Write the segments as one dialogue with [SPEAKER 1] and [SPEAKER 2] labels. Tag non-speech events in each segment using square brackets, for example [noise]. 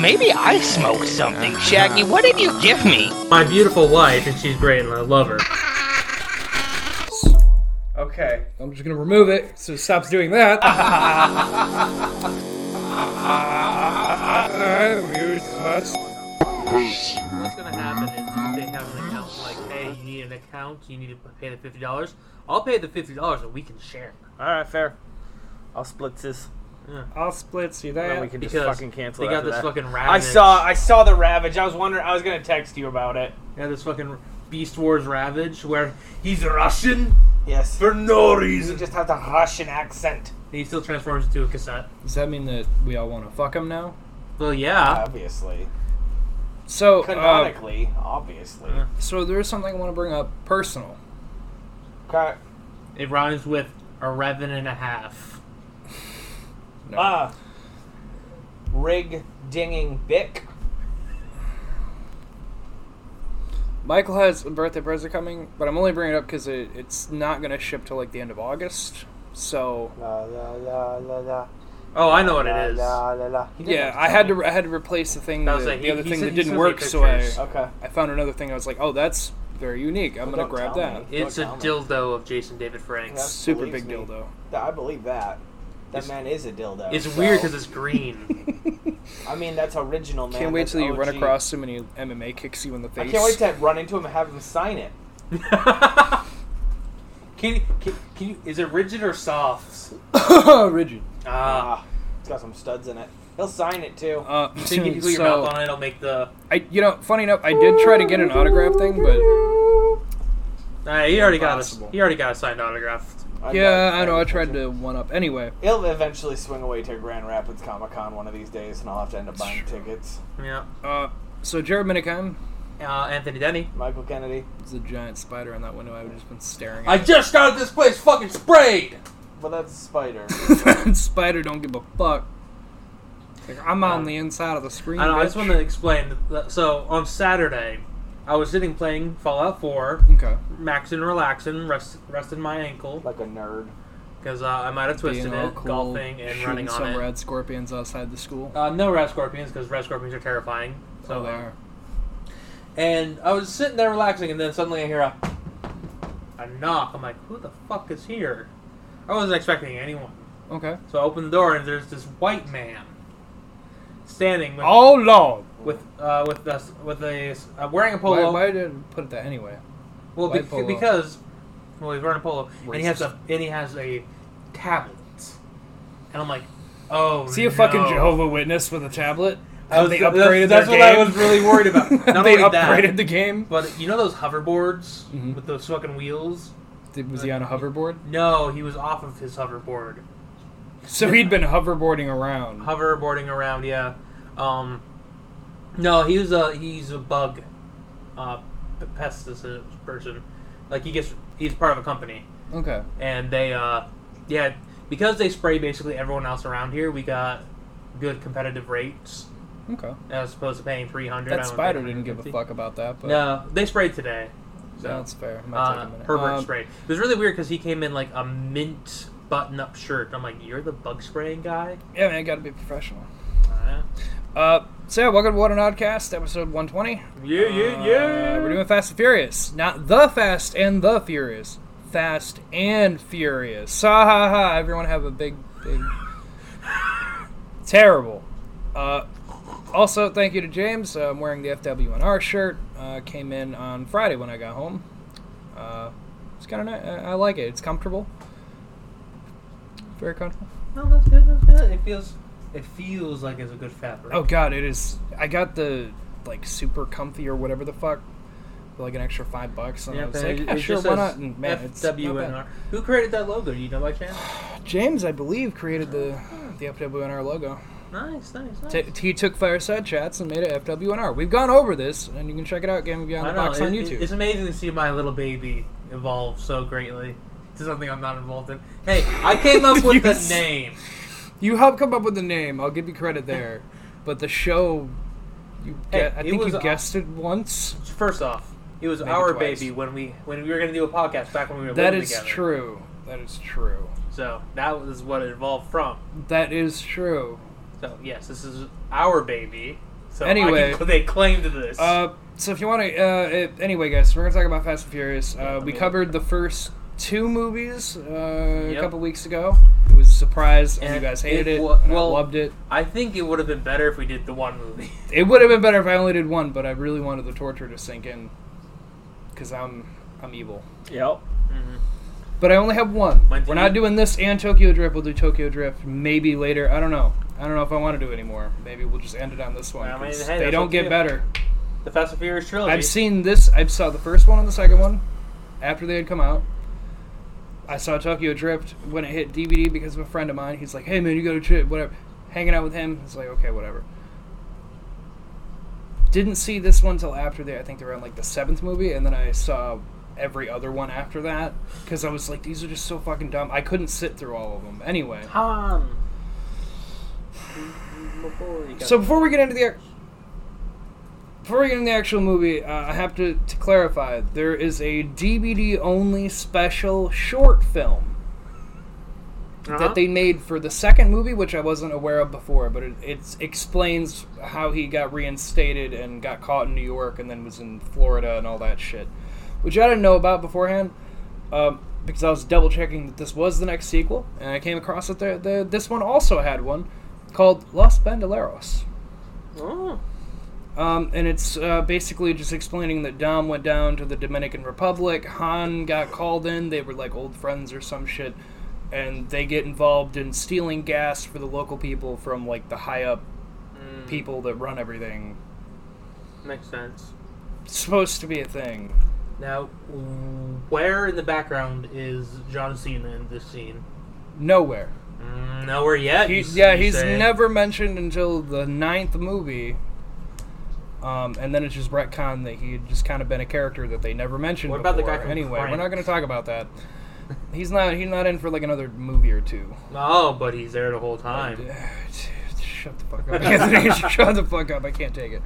[SPEAKER 1] maybe I smoked something. Shaggy, what did you give me?
[SPEAKER 2] My beautiful wife, and she's great, and I love her.
[SPEAKER 3] Okay.
[SPEAKER 4] I'm just gonna remove it so it stops
[SPEAKER 2] [laughs]
[SPEAKER 4] doing that.
[SPEAKER 2] What's gonna happen is they have an account like, hey, you need an account, you need to pay the fifty dollars. I'll pay the fifty dollars, and we can share.
[SPEAKER 3] Alright, fair. I'll split this.
[SPEAKER 4] I'll split see
[SPEAKER 3] And then we
[SPEAKER 4] that.
[SPEAKER 3] can just
[SPEAKER 2] Because
[SPEAKER 3] fucking cancel
[SPEAKER 2] they got
[SPEAKER 3] after
[SPEAKER 2] this
[SPEAKER 3] that.
[SPEAKER 2] fucking
[SPEAKER 3] I
[SPEAKER 2] Ravage.
[SPEAKER 3] saw I saw the Ravage. I was wondering I was gonna text you about it.
[SPEAKER 2] Yeah, this fucking Beast Wars Ravage, where he's Russian
[SPEAKER 3] Yes.
[SPEAKER 2] for no
[SPEAKER 3] You
[SPEAKER 2] reason.
[SPEAKER 3] just have the Russian accent.
[SPEAKER 2] He still transforms into a cassette.
[SPEAKER 4] Does that mean that we all want to fuck him now?
[SPEAKER 2] Well, yeah.
[SPEAKER 3] Obviously.
[SPEAKER 4] So, uh,
[SPEAKER 3] Canonically, obviously.
[SPEAKER 2] Yeah.
[SPEAKER 4] so there is something I want to bring up personal.
[SPEAKER 3] Okay.
[SPEAKER 2] It rhymes with eleven and a half.
[SPEAKER 4] No.
[SPEAKER 3] Ah. Rig dinging bick.
[SPEAKER 4] Michael has a birthday present coming, but I'm only bringing it up because it, it's not going to ship till like the end of August. So
[SPEAKER 3] La la la la la.
[SPEAKER 2] Oh, I know what it is.
[SPEAKER 3] La la la. He didn't
[SPEAKER 4] yeah,
[SPEAKER 3] have to
[SPEAKER 4] I
[SPEAKER 3] tell
[SPEAKER 4] had
[SPEAKER 3] me.
[SPEAKER 4] to I had to replace the thing
[SPEAKER 2] I
[SPEAKER 4] that,
[SPEAKER 2] was like,
[SPEAKER 4] the
[SPEAKER 2] he-
[SPEAKER 4] other
[SPEAKER 2] he
[SPEAKER 4] thing
[SPEAKER 2] sent- he
[SPEAKER 4] that
[SPEAKER 2] sent
[SPEAKER 4] didn't
[SPEAKER 2] me
[SPEAKER 4] work, so I
[SPEAKER 2] pictures.
[SPEAKER 3] Okay.
[SPEAKER 4] I found another thing. I was like, oh, that's very unique. I'm
[SPEAKER 3] Well,
[SPEAKER 4] gonna
[SPEAKER 3] don't
[SPEAKER 4] grab
[SPEAKER 3] tell
[SPEAKER 4] that.
[SPEAKER 3] me.
[SPEAKER 2] It's a
[SPEAKER 3] Don't tell me.
[SPEAKER 2] dildo of Jason David Franks.
[SPEAKER 3] That's-
[SPEAKER 4] Super
[SPEAKER 3] Believes
[SPEAKER 4] big
[SPEAKER 3] me.
[SPEAKER 4] deal though.
[SPEAKER 3] I believe that. That
[SPEAKER 2] It's-
[SPEAKER 3] man is a dildo.
[SPEAKER 2] It's
[SPEAKER 3] so-
[SPEAKER 2] weird because
[SPEAKER 3] [laughs]
[SPEAKER 2] it's green. [laughs]
[SPEAKER 3] I mean, that's original, man.
[SPEAKER 4] Can't wait
[SPEAKER 3] That's
[SPEAKER 4] till you run
[SPEAKER 3] OG.
[SPEAKER 4] across him and he MMA kicks you in the
[SPEAKER 3] I
[SPEAKER 4] face.
[SPEAKER 3] can't wait to run into him and have him sign it.
[SPEAKER 2] [laughs] can, can can you? Is it rigid or soft?
[SPEAKER 4] [laughs] rigid.
[SPEAKER 2] Ah.
[SPEAKER 3] Ah, it's got some studs in it. He'll sign it too.
[SPEAKER 4] [laughs] Uh,
[SPEAKER 2] you think if you put your
[SPEAKER 4] so-
[SPEAKER 2] mouth on it, it'll make the.
[SPEAKER 4] I, you know, funny enough, I did try to get an autograph thing, but
[SPEAKER 2] Uh, he already
[SPEAKER 4] Impossible.
[SPEAKER 2] got a. He already got a signed autograph.
[SPEAKER 3] I'd
[SPEAKER 4] yeah,
[SPEAKER 3] like-
[SPEAKER 4] I know.
[SPEAKER 3] I'd
[SPEAKER 4] I
[SPEAKER 3] like
[SPEAKER 4] tried to one up anyway.
[SPEAKER 3] He'll eventually swing away to Grand Rapids Comic Con one of these days, and I'll have to end up buying tickets.
[SPEAKER 2] Yeah.
[SPEAKER 4] Uh, so Jared Minicam
[SPEAKER 2] Uh, Anthony Denny.
[SPEAKER 3] Michael Kennedy,
[SPEAKER 4] is a giant spider on that window. I've just been staring
[SPEAKER 2] I
[SPEAKER 4] at.
[SPEAKER 2] just got this place fucking sprayed.
[SPEAKER 3] but that's a
[SPEAKER 4] [laughs]
[SPEAKER 3] spider.
[SPEAKER 4] That spider don't give a fuck. Like I'm on the inside of the screen.
[SPEAKER 2] I know. I just
[SPEAKER 4] bitch.
[SPEAKER 2] want to explain. that- So on Saturday, I was sitting playing Fallout 4,
[SPEAKER 4] Okay.
[SPEAKER 2] maxing, relaxing, rest, rested my ankle
[SPEAKER 3] like a nerd.
[SPEAKER 2] because uh, I might have twisted
[SPEAKER 4] Being all
[SPEAKER 2] it,
[SPEAKER 4] cool,
[SPEAKER 2] golfing and
[SPEAKER 4] shooting
[SPEAKER 2] running on
[SPEAKER 4] some
[SPEAKER 2] it.
[SPEAKER 4] red scorpions outside the school.
[SPEAKER 2] Uh, no red scorpions because red scorpions are terrifying. So
[SPEAKER 4] oh, they are.
[SPEAKER 2] And I was sitting there relaxing, and then suddenly I hear a, a knock. I'm like, who the fuck is here? I wasn't expecting anyone.
[SPEAKER 4] Okay.
[SPEAKER 2] So I open the door, and there's this white man standing with
[SPEAKER 4] Oh lord.
[SPEAKER 2] with uh, with us with a uh, wearing a
[SPEAKER 4] Why,
[SPEAKER 2] polo.
[SPEAKER 4] why did I put it that anyway?
[SPEAKER 2] well,
[SPEAKER 4] why
[SPEAKER 2] bec-
[SPEAKER 4] polo?
[SPEAKER 2] because well, he's wearing a polo, and he has
[SPEAKER 4] Racist.
[SPEAKER 2] a and he has a tablet, and I'm like, oh,
[SPEAKER 4] See a fucking
[SPEAKER 2] no.
[SPEAKER 4] Jehovah Witness with a tablet?
[SPEAKER 2] I was-
[SPEAKER 4] they
[SPEAKER 2] that's-
[SPEAKER 4] upgraded
[SPEAKER 2] that's
[SPEAKER 4] their
[SPEAKER 2] what I
[SPEAKER 4] game?
[SPEAKER 2] was really worried
[SPEAKER 4] [laughs]
[SPEAKER 2] about. Not
[SPEAKER 4] they
[SPEAKER 2] only that-
[SPEAKER 4] upgraded the game.
[SPEAKER 2] But you know those hoverboards
[SPEAKER 4] Mhm.
[SPEAKER 2] with those fucking wheels?
[SPEAKER 4] Did- Was he on a hoverboard?
[SPEAKER 2] No, he was off of his hoverboard.
[SPEAKER 4] So he'd been hoverboarding around.
[SPEAKER 2] Hoverboarding around, yeah. Um, no, he was a he's a bug, uh, p- pesticide person. Like he gets he's part of a company,
[SPEAKER 4] Okay.
[SPEAKER 2] and they uh, yeah, because they spray basically everyone else around here. We got good competitive rates
[SPEAKER 4] Okay.
[SPEAKER 2] as opposed to paying three hundred.
[SPEAKER 4] That spider didn't give a fuck about that, but
[SPEAKER 2] No, they sprayed today. So.
[SPEAKER 4] that's fair. Might
[SPEAKER 2] Uh,
[SPEAKER 4] take a minute.
[SPEAKER 2] Herbert
[SPEAKER 4] Um,
[SPEAKER 2] sprayed. It was really weird because he came in like a mint button-up shirt. I'm like, you're the bug spraying guy.
[SPEAKER 4] Yeah, man, gotta be professional.
[SPEAKER 2] Uh,
[SPEAKER 4] Uh, so yeah, welcome to What an Oddcast, episode 120.
[SPEAKER 2] yeah, yeah,
[SPEAKER 4] Uh, we're doing Fast and Furious. Not the Fast and the Furious. Fast and Furious. Ha ha ha. Everyone have a big, big. Terrible. Uh, also, thank you to James. Uh, I'm wearing the FWNR shirt. Uh, came in on Friday when I got home. Uh, it's kind of nice. I, I like it. It's comfortable. Very comfortable.
[SPEAKER 2] No, that's good. That's good. It feels, it feels like it's a good fabric.
[SPEAKER 4] Oh god, it is. I got the like super comfy or whatever the fuck, for like an extra five bucks, and I was like, yeah, sure, why not? And man, it's not
[SPEAKER 2] FWNR. Who created that logo? Do you know by chance?
[SPEAKER 4] bad. James, I believe, created the the FWNR logo.
[SPEAKER 2] Nice, nice, nice.
[SPEAKER 4] T- he took Fireside Chats and made it FWNR. We've gone over this, and you can check it out. Game
[SPEAKER 2] I
[SPEAKER 4] Beyond the
[SPEAKER 2] don't
[SPEAKER 4] Box
[SPEAKER 2] know,
[SPEAKER 4] on
[SPEAKER 2] it- it-
[SPEAKER 4] YouTube.
[SPEAKER 2] It's amazing to see my little baby evolve so greatly to something I'm not involved in. Hey, I came up
[SPEAKER 4] [laughs]
[SPEAKER 2] with the
[SPEAKER 4] Yes.
[SPEAKER 2] name.
[SPEAKER 4] you helped come up with the name. I'll give you credit
[SPEAKER 2] [laughs]
[SPEAKER 4] there, but the show. You
[SPEAKER 2] Hey,
[SPEAKER 4] gue- I
[SPEAKER 2] it
[SPEAKER 4] think
[SPEAKER 2] was uh,
[SPEAKER 4] you
[SPEAKER 2] a-
[SPEAKER 4] guessed it once.
[SPEAKER 2] First off, it was
[SPEAKER 4] Maybe
[SPEAKER 2] our
[SPEAKER 4] twice.
[SPEAKER 2] baby when we when we were gonna do a podcast back when we were
[SPEAKER 4] That
[SPEAKER 2] living
[SPEAKER 4] is
[SPEAKER 2] together.
[SPEAKER 4] true. That is true.
[SPEAKER 2] So that was what it evolved from.
[SPEAKER 4] That is true.
[SPEAKER 2] So yes, this is our baby. So
[SPEAKER 4] Anyway.
[SPEAKER 2] I can, they claimed this.
[SPEAKER 4] Uh, so if you want to, uh, uh, anyway, guys, we're gonna talk about Fast and Furious. Uh, we
[SPEAKER 2] mean-
[SPEAKER 4] covered the first two movies uh, a
[SPEAKER 2] Yep.
[SPEAKER 4] couple weeks ago. It was a surprise, and,
[SPEAKER 2] And
[SPEAKER 4] you guys
[SPEAKER 2] it
[SPEAKER 4] hated it.
[SPEAKER 2] wa-
[SPEAKER 4] and
[SPEAKER 2] well-
[SPEAKER 4] I loved it.
[SPEAKER 2] I think it would have been better if we did the one movie. [laughs]
[SPEAKER 4] It would have been better if I only did one, but I really wanted the torture to sink in, because I'm I'm evil.
[SPEAKER 3] Yep.
[SPEAKER 2] Mm-hmm.
[SPEAKER 4] But I only have one.
[SPEAKER 2] When did
[SPEAKER 4] We're not
[SPEAKER 2] you-
[SPEAKER 4] doing this and Tokyo Drift. We'll do Tokyo Drift maybe later. I don't know. I don't know if I want to do it anymore. Maybe we'll just end it on this one.
[SPEAKER 2] I mean,
[SPEAKER 4] 'cause
[SPEAKER 2] hey,
[SPEAKER 4] they
[SPEAKER 2] that's
[SPEAKER 4] don't
[SPEAKER 2] up to
[SPEAKER 4] get
[SPEAKER 2] you.
[SPEAKER 4] better.
[SPEAKER 2] The Fast and Furious trilogy.
[SPEAKER 4] I've seen this. I saw the first one and the second one after they had come out. I saw Tokyo Drift when it hit DVD because of a friend of mine. He's like, "Hey man, you go to Drift, whatever." Hanging out with him, it's like, "Okay, whatever." Didn't see this one till after they, I think they were on like the seventh movie, and then I saw every other one after that because I was like, "These are just so fucking dumb." I couldn't sit through all of them anyway.
[SPEAKER 2] Tom.
[SPEAKER 4] So before we get into the ac- before we get into the actual movie, uh, I have to, to clarify there is a DVD only special short film that they made for the second movie, which I wasn't aware of before, but it it's, explains how he got reinstated and got caught in New York and then was in Florida and all that shit, which I didn't know about beforehand. Um, because I was double checking that this was the next sequel, and I came across that the, the, this one also had one called Los Bandoleros.
[SPEAKER 2] Oh.
[SPEAKER 4] Um, and it's uh, basically just explaining that Dom went down to the Dominican Republic. Han got called in. They were like old friends or some shit. And they get involved in stealing gas for the local people from like the high up
[SPEAKER 2] Mm,
[SPEAKER 4] people that run everything.
[SPEAKER 2] makes sense.
[SPEAKER 4] supposed to be a thing.
[SPEAKER 2] Now, where in the background is John Cena in this scene?
[SPEAKER 4] Nowhere.
[SPEAKER 2] Mm, nowhere yet.
[SPEAKER 4] He,
[SPEAKER 2] you s-
[SPEAKER 4] yeah,
[SPEAKER 2] you
[SPEAKER 4] he's
[SPEAKER 2] say.
[SPEAKER 4] never mentioned until the ninth movie. Um, and then it's just retcon that he had just kind of been a character that they never mentioned.
[SPEAKER 2] What about the
[SPEAKER 4] before.
[SPEAKER 2] guy from
[SPEAKER 4] Anyway, we're
[SPEAKER 2] Crank?
[SPEAKER 4] not going to talk about that. He's not. He's not in for like another movie or two. [sighs]
[SPEAKER 2] Oh, but he's there the whole time.
[SPEAKER 4] Shut the fuck up, [laughs] Anthony. Shut the fuck up. I can't take it.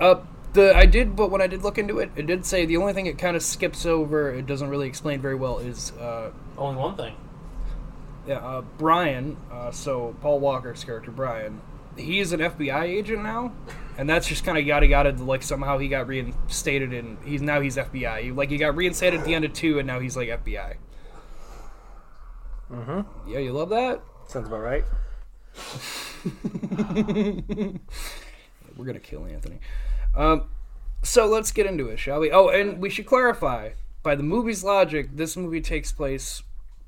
[SPEAKER 4] Uh, the I did, but when I did look into it, it did say the only thing it kind of skips over, it doesn't really explain very well, is uh,
[SPEAKER 2] Only one thing.
[SPEAKER 4] yeah, uh, Brian. Uh, so Paul Walker's character Brian, he is an FBI agent now, and that's just kind of yada yada. Like somehow he got reinstated, and he's now he's FBI. He, like he got reinstated at the end of two, and now he's like FBI.
[SPEAKER 3] Mm-hmm.
[SPEAKER 4] Yeah, you love that.
[SPEAKER 3] Sounds about right.
[SPEAKER 4] We're gonna kill Anthony. Um, so let's get into it, shall we? Oh, and we should clarify by the movie's logic, this movie takes place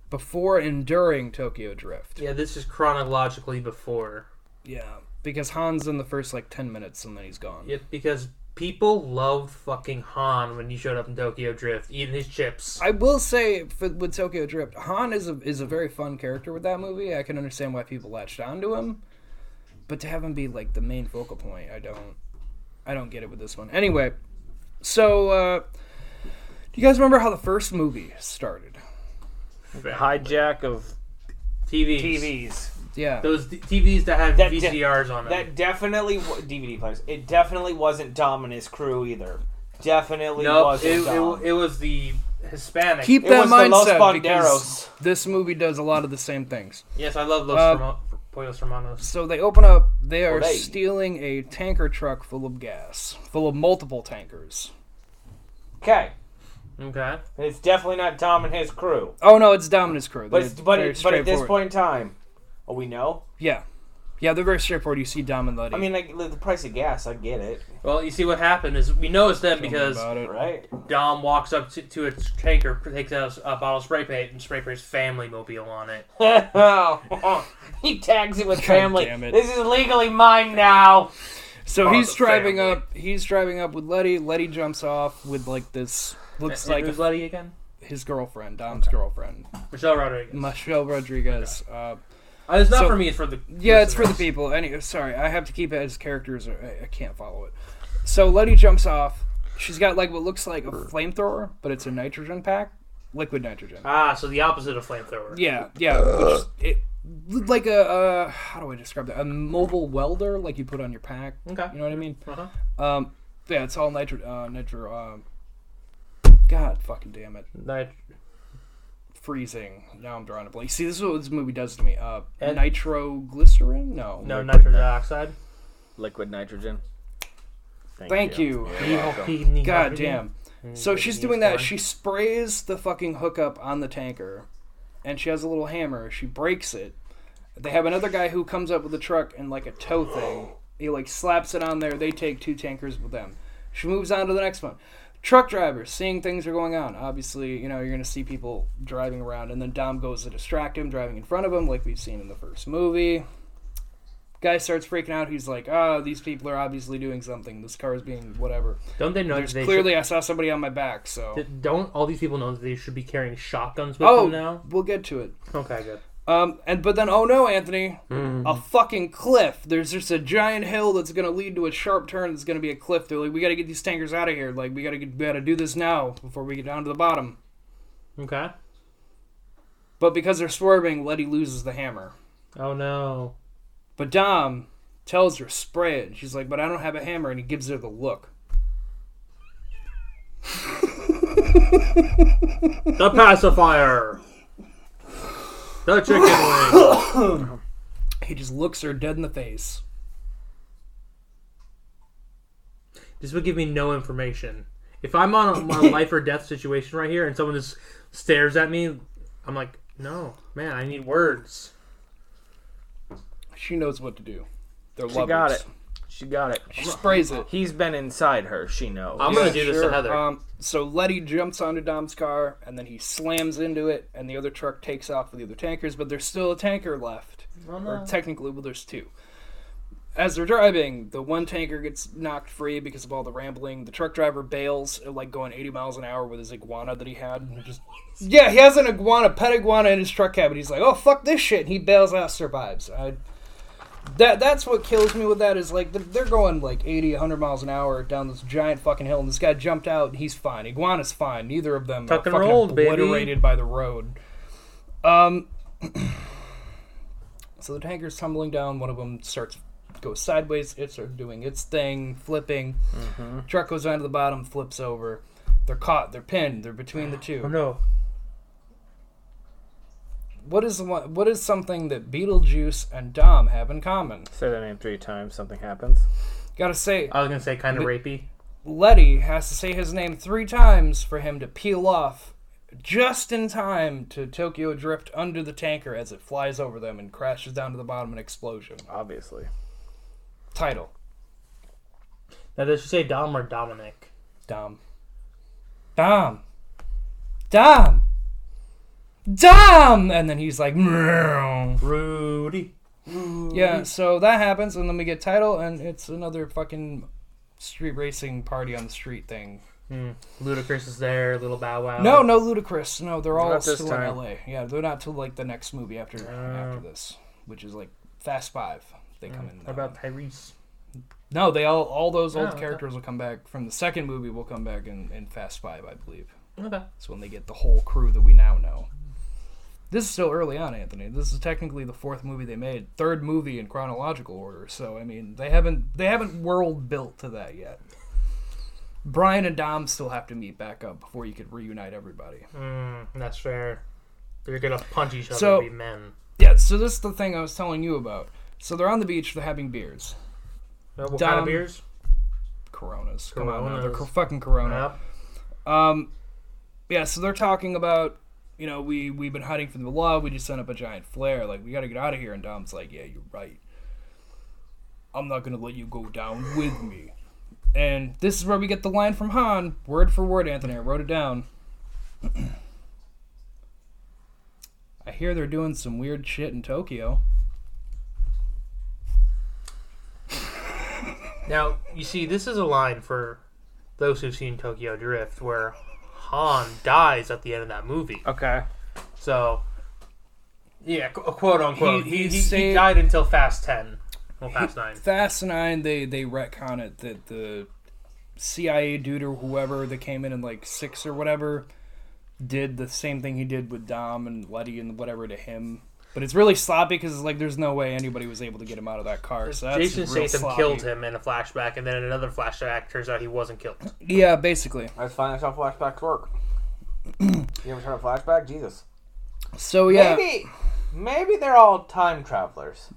[SPEAKER 4] before and during Tokyo Drift.
[SPEAKER 2] Yeah, this is chronologically before.
[SPEAKER 4] Yeah, because Han's in the first like ten minutes and then he's gone.
[SPEAKER 2] Yep, because people loved fucking Han when he showed up in Tokyo Drift eating his chips.
[SPEAKER 4] I will say for, with Tokyo Drift, Han is a is a very fun character with that movie. I can understand why people latched onto him, but to have him be like the main focal point, I don't, I don't get it with this one. Anyway, so uh, do you guys remember how the first movie started?
[SPEAKER 3] Hijack of
[SPEAKER 2] TVs.
[SPEAKER 3] TVs.
[SPEAKER 4] Yeah,
[SPEAKER 2] Those d- TVs that have
[SPEAKER 3] That di-
[SPEAKER 2] VCRs on them.
[SPEAKER 3] That definitely wa- DVD players. It definitely wasn't Dom and his crew either. Definitely
[SPEAKER 2] no, it,
[SPEAKER 3] wasn't Dom.
[SPEAKER 2] it, it was the Hispanic.
[SPEAKER 4] keep
[SPEAKER 3] It
[SPEAKER 4] that
[SPEAKER 3] was the Los
[SPEAKER 4] mindset because
[SPEAKER 3] Banderos.
[SPEAKER 4] this movie does a lot of the same things.
[SPEAKER 2] yes, I love Los
[SPEAKER 4] Uh,
[SPEAKER 2] Ramo- Pollos Hermanos.
[SPEAKER 4] So they open up. They are
[SPEAKER 3] Olay.
[SPEAKER 4] stealing a tanker truck full of gas, full of multiple tankers.
[SPEAKER 3] okay,
[SPEAKER 2] Okay.
[SPEAKER 3] it's definitely not Dom and his crew.
[SPEAKER 4] Oh no, it's Dominus crew.
[SPEAKER 3] But
[SPEAKER 4] They're
[SPEAKER 3] it's, but
[SPEAKER 4] very
[SPEAKER 3] it, but at this
[SPEAKER 4] straightforward.
[SPEAKER 3] point in time, oh, we know.
[SPEAKER 4] Yeah. Yeah, they're very straightforward. You see Dom and Letty.
[SPEAKER 3] I mean, like the price of gas, I
[SPEAKER 5] [laughs]
[SPEAKER 3] get it,
[SPEAKER 2] Well, you see what happened is we know it's them because
[SPEAKER 4] about it.
[SPEAKER 3] right? [laughs]
[SPEAKER 2] Dom walks up to, to a tanker, takes out a bottle of spray paint, and spray paints family mobile on
[SPEAKER 4] [laughs]
[SPEAKER 2] it.
[SPEAKER 3] he tags it with
[SPEAKER 4] God
[SPEAKER 3] family.
[SPEAKER 4] damn it.
[SPEAKER 3] This is legally mine now.
[SPEAKER 4] So
[SPEAKER 2] Oh,
[SPEAKER 4] he's
[SPEAKER 2] the
[SPEAKER 4] driving
[SPEAKER 2] family.
[SPEAKER 4] up. He's driving up with Letty. Letty jumps off with like this. Looks
[SPEAKER 2] And
[SPEAKER 4] like
[SPEAKER 2] who's Letty again?
[SPEAKER 4] his girlfriend, Dom's girlfriend,
[SPEAKER 2] Michelle Rodriguez.
[SPEAKER 4] Michelle Rodriguez. Uh,
[SPEAKER 2] Uh, it's not
[SPEAKER 4] Mm. So-
[SPEAKER 2] for me. It's for the
[SPEAKER 4] yeah, it's for the
[SPEAKER 2] listeners.
[SPEAKER 4] people. Any, sorry, I have to keep it as characters. Or I, I can't follow it. So Letty jumps off. She's got like what looks like a flamethrower, but it's a nitrogen pack, liquid nitrogen.
[SPEAKER 2] Ah, so the opposite of flamethrower.
[SPEAKER 4] Yeah, yeah. Which, it, like a uh, how do I describe that? A mobile welder, like you put on your pack.
[SPEAKER 2] Okay.
[SPEAKER 4] You know what I mean?
[SPEAKER 2] Uh-huh.
[SPEAKER 4] Um, yeah, it's all nitro. Uh, nitro. Um, God, fucking damn it!
[SPEAKER 2] Nit-
[SPEAKER 4] Freezing. Now I'm drawing a blank. See, this is what this movie does to me. Uh,
[SPEAKER 2] Ed-
[SPEAKER 4] nitroglycerin? No.
[SPEAKER 2] no, nitrogen dioxide.
[SPEAKER 5] Liquid nitrogen.
[SPEAKER 4] Thank you.
[SPEAKER 5] You're welcome.
[SPEAKER 4] God damn. So she's doing that. She sprays the fucking hookup on the tanker, and she has a little hammer. She breaks it. They have another guy who comes up with a truck and like a tow thing. He like slaps it on there. They take two tankers with them. She moves on to the next one. Truck drivers seeing things are going on. Obviously, you know you're gonna see people driving around, and then Dom goes to distract him, driving in front of him, like we've seen in the first movie. Guy starts freaking out. He's like, "Ah, these people are obviously doing something. This car is being whatever."
[SPEAKER 2] Don't they know
[SPEAKER 4] There's
[SPEAKER 2] that they
[SPEAKER 4] clearly I saw somebody on my back, so
[SPEAKER 2] should, don't all these people know that they should be carrying shotguns with
[SPEAKER 4] oh,
[SPEAKER 2] them now?
[SPEAKER 4] we'll get to it.
[SPEAKER 2] Okay, good.
[SPEAKER 4] Um, and but then oh no, Anthony,
[SPEAKER 5] Mm-hmm.
[SPEAKER 4] a fucking cliff. There's just a giant hill that's gonna lead to a sharp turn. That's gonna be a cliff. They're like, we gotta get these tankers out of here. Like we gotta get, we gotta do this now before we get down to the bottom.
[SPEAKER 2] Okay.
[SPEAKER 4] But because they're swerving, Letty loses the hammer.
[SPEAKER 2] Oh no.
[SPEAKER 4] But Dom tells her spray it. She's like, but I don't have a hammer, and he gives her the look.
[SPEAKER 2] The pacifier. The
[SPEAKER 4] [laughs]
[SPEAKER 2] chicken wing.
[SPEAKER 4] He just looks her dead in the face.
[SPEAKER 2] This would give me no information. If I'm on
[SPEAKER 4] [laughs]
[SPEAKER 2] a, on a life or death situation right here, and someone just stares at me, I'm like, no, man, I need words.
[SPEAKER 4] She knows what to do. They're
[SPEAKER 5] She got it. She got it.
[SPEAKER 4] She sprays it.
[SPEAKER 5] He's been inside her. She knows.
[SPEAKER 2] I'm gonna do this to Heather.
[SPEAKER 4] Um, so Letty jumps onto Dom's car, and then he slams into it, and the other truck takes off with the other tankers, but there's still a tanker left. Or technically, well, there's two. As they're driving, the one tanker gets knocked free because of all the rambling. The truck driver bails, at, like going 80 miles an hour with his iguana that he had. and just- yeah, he has an iguana, pet iguana in his truck cab, and he's like, "Oh fuck this shit!" And he bails out, survives. I, that that's what kills me with that is like they're, they're going like 80 100 miles an hour down this giant fucking hill and this guy jumped out and he's fine iguana's fine neither of them
[SPEAKER 2] Tuck
[SPEAKER 4] are
[SPEAKER 2] and
[SPEAKER 4] fucking
[SPEAKER 2] roll, baby.
[SPEAKER 4] obliterated by the road um [clears throat] so the tanker's tumbling down one of them starts goes sideways it starts doing its thing flipping
[SPEAKER 2] Mm-hmm.
[SPEAKER 4] truck goes down to the bottom flips over they're caught they're pinned they're between the two
[SPEAKER 2] Oh no.
[SPEAKER 4] what is the one, what is something that beetlejuice and dom have in common
[SPEAKER 5] Say that name three times. Something happens.
[SPEAKER 4] gotta say
[SPEAKER 2] I was gonna say kind of rapey.
[SPEAKER 4] Letty has to say his name three times for him to peel off just in time to Tokyo drift under the tanker as it flies over them and crashes down to the bottom in explosion.
[SPEAKER 5] Obviously.
[SPEAKER 4] Title
[SPEAKER 2] Now does she say Dom or Dominic?
[SPEAKER 4] Dom. Dom. Dom. Dom! And then he's like, "Meow."
[SPEAKER 2] Rudy.
[SPEAKER 4] yeah, so that happens, and then we get title, and it's another fucking street racing party on the street thing.
[SPEAKER 2] Ludacris is there. Little Bow Wow.
[SPEAKER 4] No, no ludicrous. No, they're all
[SPEAKER 5] Um, Not this
[SPEAKER 4] still
[SPEAKER 5] time. Uh,
[SPEAKER 4] in LA. Yeah, they're not till like the next movie after after this, which is like Fast Five. They come in.
[SPEAKER 2] What
[SPEAKER 4] that
[SPEAKER 2] about
[SPEAKER 4] one.
[SPEAKER 2] Tyrese?
[SPEAKER 4] no, they all all those
[SPEAKER 2] Oh,
[SPEAKER 4] old
[SPEAKER 2] okay.
[SPEAKER 4] characters will come back from the second movie. Will come back in, in Fast Five, I believe.
[SPEAKER 2] Okay.
[SPEAKER 4] That's when they get the whole crew that we now know. This is still early on, Anthony. This is technically the fourth movie they made, third movie in chronological order. So I mean, they haven't they haven't world built to that yet. Brian and Dom still have to meet back up before you could reunite everybody.
[SPEAKER 2] Mm, that's fair. They're gonna punch each other
[SPEAKER 4] So-
[SPEAKER 2] and be men.
[SPEAKER 4] Yeah, so this is the thing I was telling you about. So they're on the beach, they're having beers.
[SPEAKER 2] Uh, What kind
[SPEAKER 4] Dom-
[SPEAKER 2] of beers?
[SPEAKER 4] Coronas. Come on, now, they're
[SPEAKER 2] Coronas.
[SPEAKER 4] co- fucking Corona.
[SPEAKER 2] Yep.
[SPEAKER 4] Um, yeah, so they're talking about, you know, we we've been hiding from the law. We just sent up a giant flare. Like we got to get out of here. And Dom's like, yeah, you're right. I'm not gonna let you go down with me. And this is where we get the line from Han, word for word, Anthony. I wrote it down. [clears throat] I hear they're doing some weird shit in Tokyo.
[SPEAKER 2] Now, you see, this is a line for those who've seen Tokyo Drift where Han dies at the end of that movie.
[SPEAKER 5] Okay.
[SPEAKER 2] So, yeah, qu- quote unquote.
[SPEAKER 4] He-
[SPEAKER 2] He,
[SPEAKER 4] he
[SPEAKER 2] he, he,
[SPEAKER 4] saved-
[SPEAKER 2] died until Fast 10.
[SPEAKER 4] [laughs]
[SPEAKER 2] Well, Fast 9.
[SPEAKER 4] Fast Nine, they they retcon it that the CIA dude or whoever that came in in like six or whatever did the same thing he did with Dom and Letty and whatever to him. But it's really sloppy because like there's no way anybody was able to get him out of that car. So that's
[SPEAKER 2] Jason
[SPEAKER 4] real
[SPEAKER 2] Statham
[SPEAKER 4] sloppy.
[SPEAKER 2] killed him in a flashback, and then in another flashback, turns out he wasn't killed.
[SPEAKER 4] Yeah, basically.
[SPEAKER 3] I was finding myself flashback to [clears throat] work. you ever turn a flashback? Jesus.
[SPEAKER 4] So yeah, maybe.
[SPEAKER 3] Maybe, maybe they're all time travelers.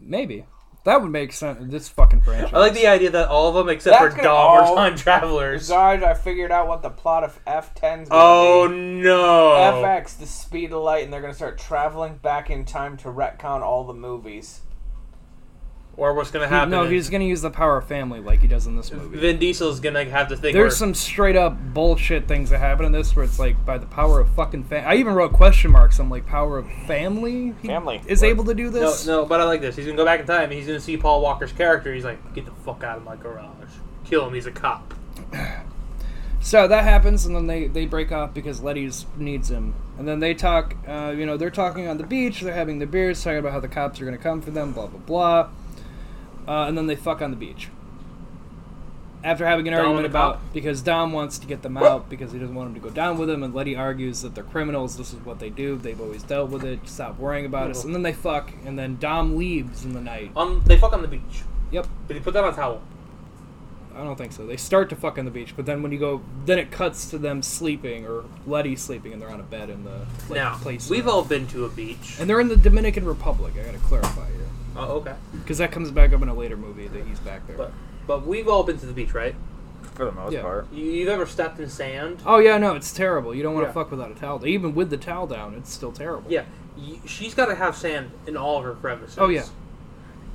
[SPEAKER 4] That would make sense. This fucking franchise.
[SPEAKER 2] I like the idea that all of them except
[SPEAKER 3] That's
[SPEAKER 2] for
[SPEAKER 3] gonna
[SPEAKER 2] Dom are
[SPEAKER 3] all-
[SPEAKER 2] time travelers.
[SPEAKER 3] Guys, I figured out what the plot of F10's gonna
[SPEAKER 2] Oh
[SPEAKER 3] be.
[SPEAKER 2] no!
[SPEAKER 3] FX, the speed of light, and they're gonna start traveling back in time to retcon all the movies.
[SPEAKER 2] Or what's gonna happen?
[SPEAKER 4] no,
[SPEAKER 2] is
[SPEAKER 4] he's gonna use the power of family like he does in this movie.
[SPEAKER 2] Vin Diesel's gonna have to think.
[SPEAKER 4] There's some straight up bullshit things that happen in this where it's like by the power of fucking family. I even wrote question marks. I'm like, power of family. He
[SPEAKER 3] Family.
[SPEAKER 4] is able to do
[SPEAKER 2] no,
[SPEAKER 4] this.
[SPEAKER 2] no, but I like this. He's gonna go back in time. and He's gonna see Paul Walker's character. He's like, get the fuck out of my garage. Kill him. He's a cop.
[SPEAKER 4] So that happens, and then they they break off because Letty's needs him, and then they talk. Uh, you know, they're talking on the beach. They're having their beers, talking about how the cops are gonna come for them. Blah blah blah. Uh, and then they fuck on the beach. After having an
[SPEAKER 2] Dom
[SPEAKER 4] argument
[SPEAKER 2] and the
[SPEAKER 4] about
[SPEAKER 2] cop?
[SPEAKER 4] because Dom wants to get them out because he doesn't want them to go down with him, and Letty argues that they're criminals. This is what they do. They've always dealt with it. Stop worrying about us. And then they fuck, and then Dom leaves in the night.
[SPEAKER 2] On Um, they fuck on the beach.
[SPEAKER 4] Yep.
[SPEAKER 2] Did he put that on a towel?
[SPEAKER 4] I don't think so. They start to fuck on the beach, but then when you go, then it cuts to them sleeping or Letty sleeping, and they're on a bed in the like,
[SPEAKER 2] now
[SPEAKER 4] place.
[SPEAKER 2] we've all been to a beach.
[SPEAKER 4] and they're in the Dominican Republic. I gotta clarify here
[SPEAKER 2] oh, okay.
[SPEAKER 4] because that comes back up in a later movie that he's back there.
[SPEAKER 2] But but we've all been to the beach, right?
[SPEAKER 5] for the most
[SPEAKER 4] Yeah.
[SPEAKER 5] part.
[SPEAKER 2] You, you've ever stepped in sand?
[SPEAKER 4] oh yeah, no, it's terrible. You don't want to
[SPEAKER 2] Yeah.
[SPEAKER 4] fuck without a towel. Even with the towel down, it's still terrible.
[SPEAKER 2] Yeah. You, she's got to have sand in all of her crevices.
[SPEAKER 4] Oh, yeah.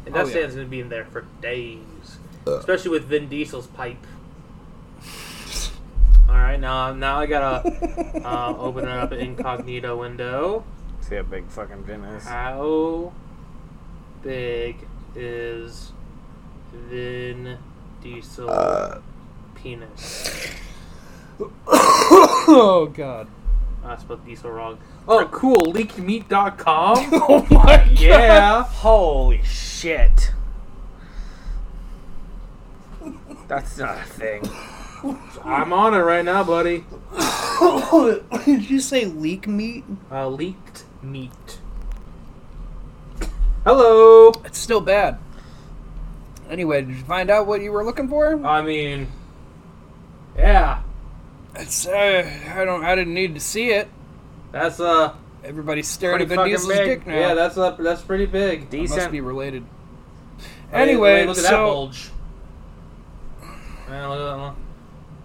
[SPEAKER 2] And that
[SPEAKER 4] Oh, yeah.
[SPEAKER 2] sand's gonna be in there for days, especially with Vin Diesel's pipe. All right, now now I gotta uh, open it up incognito window.
[SPEAKER 5] See how big fucking Vin is.
[SPEAKER 3] Uh,
[SPEAKER 2] How big is Vin Diesel penis?
[SPEAKER 4] [laughs] oh god.
[SPEAKER 2] I spelled diesel wrong. Oh, cool. Leakymeat.com?
[SPEAKER 4] Oh my.
[SPEAKER 2] [laughs] yeah.
[SPEAKER 5] Holy shit. That's not a thing.
[SPEAKER 2] I'm on it right now, buddy.
[SPEAKER 4] Did you say leak meat?
[SPEAKER 2] Uh, leaked meat. Hello.
[SPEAKER 4] It's still bad. Anyway, did you find out what you were looking for?
[SPEAKER 2] I mean, yeah.
[SPEAKER 4] It's, uh, I don't. I didn't need to see it.
[SPEAKER 2] That's uh
[SPEAKER 4] Everybody's staring
[SPEAKER 2] pretty
[SPEAKER 4] at Vin
[SPEAKER 2] fucking
[SPEAKER 4] Diesel's
[SPEAKER 2] big.
[SPEAKER 4] dick now.
[SPEAKER 2] Yeah, that's uh, that's pretty big.
[SPEAKER 4] It
[SPEAKER 5] Decent.
[SPEAKER 4] must be related.
[SPEAKER 2] Hey,
[SPEAKER 4] Anyway,
[SPEAKER 2] hey, look at that
[SPEAKER 4] so
[SPEAKER 2] bulge. Man, look at that. one.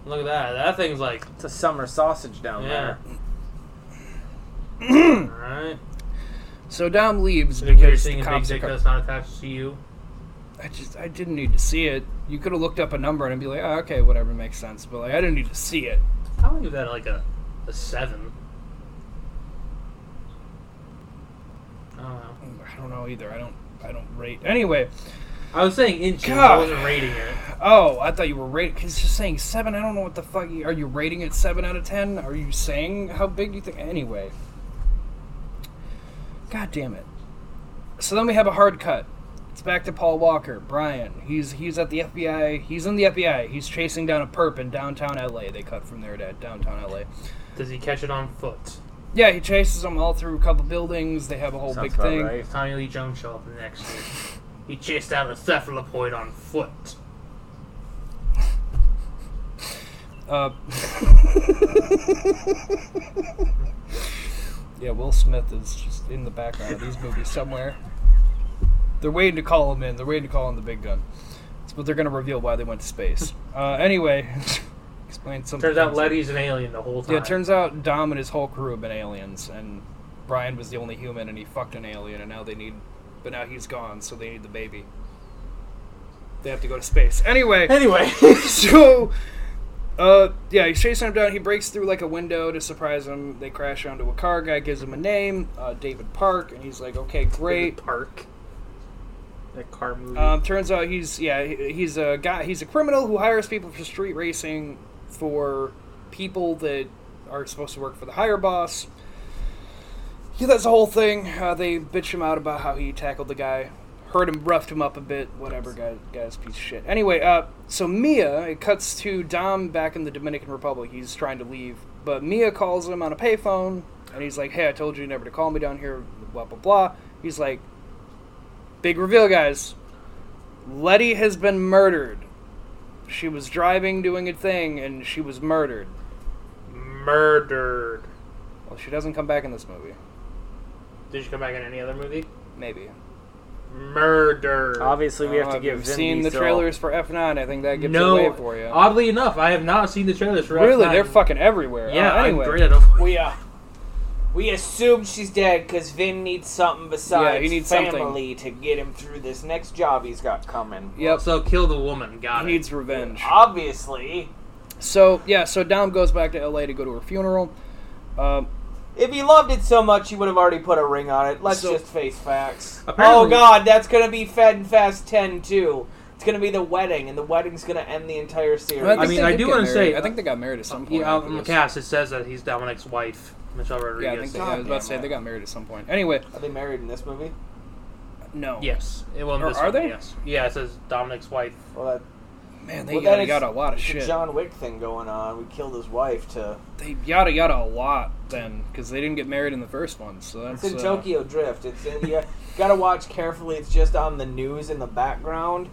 [SPEAKER 2] Look at that. That thing's like,
[SPEAKER 5] It's a summer sausage down
[SPEAKER 2] yeah.
[SPEAKER 5] there.
[SPEAKER 2] [clears throat] All right.
[SPEAKER 4] so Dom leaves
[SPEAKER 2] So you're
[SPEAKER 4] because the
[SPEAKER 2] seeing a big
[SPEAKER 4] cops are.
[SPEAKER 2] dick
[SPEAKER 4] co-
[SPEAKER 2] that's not attached to you.
[SPEAKER 4] I just I didn't need to see it. You could have looked up a number and I'd be like, oh, okay, whatever makes sense. But like, I didn't need to see it.
[SPEAKER 2] I would give that like a, a seven. I don't know.
[SPEAKER 4] I don't know either. I don't. I don't rate. Anyway,
[SPEAKER 2] I was saying inches.
[SPEAKER 4] God.
[SPEAKER 2] I wasn't rating it.
[SPEAKER 4] oh, I thought you were rating. Cause just saying seven. I don't know what the fuck. You, are you rating it seven out of ten? Are you saying how big you think? Anyway, god damn it. So then we have a hard cut. It's back to Paul Walker, Brian. He's he's at the FBI. He's in the FBI. He's chasing down a perp in downtown LA. They cut from there to downtown LA.
[SPEAKER 2] Does he catch it on foot?
[SPEAKER 4] Yeah, he chases them all through a couple buildings. They have a whole
[SPEAKER 5] Sounds
[SPEAKER 4] big
[SPEAKER 5] about
[SPEAKER 4] thing.
[SPEAKER 5] right.
[SPEAKER 2] Tommy Lee Jones show up the next year. He chased out a cephalopod on foot.
[SPEAKER 4] Uh, yeah, Will Smith is just in the background of these movies somewhere. They're waiting to call him in. They're waiting to call in the big gun. It's- But they're going to reveal why they went to space. Uh, anyway, [laughs] explain something.
[SPEAKER 2] Turns out Letty's an alien the whole time.
[SPEAKER 4] Yeah, it turns out Dom and his whole crew have been aliens, and Brian was the only human, and he fucked an alien, and now they need. But now he's gone, so they need the baby. They have to go to space. Anyway
[SPEAKER 2] [laughs]
[SPEAKER 5] Anyway.
[SPEAKER 4] [laughs] so, uh, yeah, he's chasing him down. He breaks through like a window to surprise him. They crash onto a car. Guy gives him a name, uh, David Park, and he's like, okay,
[SPEAKER 2] David
[SPEAKER 4] great.
[SPEAKER 2] Park. That car movie.
[SPEAKER 4] Um, turns out he's yeah he- he's a guy he's a criminal who hires people for street racing for people that are supposed to work for the higher boss. Yeah, that's the whole thing. Uh, they bitch him out about how he tackled the guy, hurt him, roughed him up a bit, whatever. Guy, guy's a piece of shit. Anyway, uh, so Mia, it cuts to Dom back in the Dominican Republic. He's trying to leave, but Mia calls him on a payphone, and he's like, "Hey, I told you never to call me down here." Blah blah blah. He's like, "Big reveal, guys. Letty has been murdered. She was driving, doing a thing, and she was murdered.
[SPEAKER 2] Murdered.
[SPEAKER 4] Well, she doesn't come back in this movie.
[SPEAKER 2] Did she come back in any other movie?
[SPEAKER 4] Maybe.
[SPEAKER 2] murder.
[SPEAKER 5] Obviously, we have
[SPEAKER 3] uh,
[SPEAKER 5] to
[SPEAKER 4] Have
[SPEAKER 5] give
[SPEAKER 4] you
[SPEAKER 5] Vin
[SPEAKER 4] seen the
[SPEAKER 5] Diesel-
[SPEAKER 4] trailers for F9? I think that gives
[SPEAKER 2] no,
[SPEAKER 4] it away for you.
[SPEAKER 2] oddly enough, I have not seen the trailers for
[SPEAKER 4] really,
[SPEAKER 2] F9.
[SPEAKER 4] they're fucking everywhere.
[SPEAKER 2] Yeah,
[SPEAKER 4] Uh, anyway.
[SPEAKER 2] I'm great at avoiding-
[SPEAKER 3] We uh, we assume she's dead because Vin needs something besides
[SPEAKER 4] he needs something.
[SPEAKER 3] family to get him through this next job he's got coming.
[SPEAKER 4] Yep.
[SPEAKER 2] So kill the woman. Got
[SPEAKER 4] He
[SPEAKER 2] it.
[SPEAKER 4] needs revenge.
[SPEAKER 3] Obviously,
[SPEAKER 4] So yeah, so Dom goes back to LA to go to her funeral. Um,
[SPEAKER 3] if he loved it so much, he would have already put a ring on it. Let's
[SPEAKER 4] So-
[SPEAKER 3] just face facts.
[SPEAKER 2] Apparently-
[SPEAKER 3] oh God, that's gonna be Fed and Fast Ten too. It's gonna be the wedding, and the wedding's gonna end the entire series.
[SPEAKER 4] think
[SPEAKER 2] I mean,
[SPEAKER 4] they
[SPEAKER 2] I
[SPEAKER 4] did
[SPEAKER 2] do
[SPEAKER 4] get
[SPEAKER 2] wanna
[SPEAKER 4] married.
[SPEAKER 2] say-
[SPEAKER 4] I think they got married at some point.
[SPEAKER 2] Yeah, um, out
[SPEAKER 4] after
[SPEAKER 2] in the
[SPEAKER 4] this.
[SPEAKER 2] cast, uh, it says that he's Dominic's wife, Michelle
[SPEAKER 4] Yeah, I
[SPEAKER 2] Rodriguez.
[SPEAKER 4] think they, I was about to say they got married at some point. Anyway,
[SPEAKER 3] Are they married in this movie?
[SPEAKER 4] no.
[SPEAKER 2] Yes. It, well, in
[SPEAKER 4] Or
[SPEAKER 2] this
[SPEAKER 4] are
[SPEAKER 2] one,
[SPEAKER 4] they?
[SPEAKER 2] Yes. Yeah, it says Dominic's wife.
[SPEAKER 3] Well, that,
[SPEAKER 4] Man, they
[SPEAKER 3] well,
[SPEAKER 4] yada
[SPEAKER 3] that is
[SPEAKER 4] yada a lot of
[SPEAKER 3] the
[SPEAKER 4] Oh, shit.
[SPEAKER 3] John Wick thing going on. We killed his wife to.
[SPEAKER 4] They yada yada a lot then because they didn't get married in the first one. So that's
[SPEAKER 3] It's in
[SPEAKER 4] uh,
[SPEAKER 3] Tokyo Drift. It's in, you gotta watch carefully. It's just on the news in the background.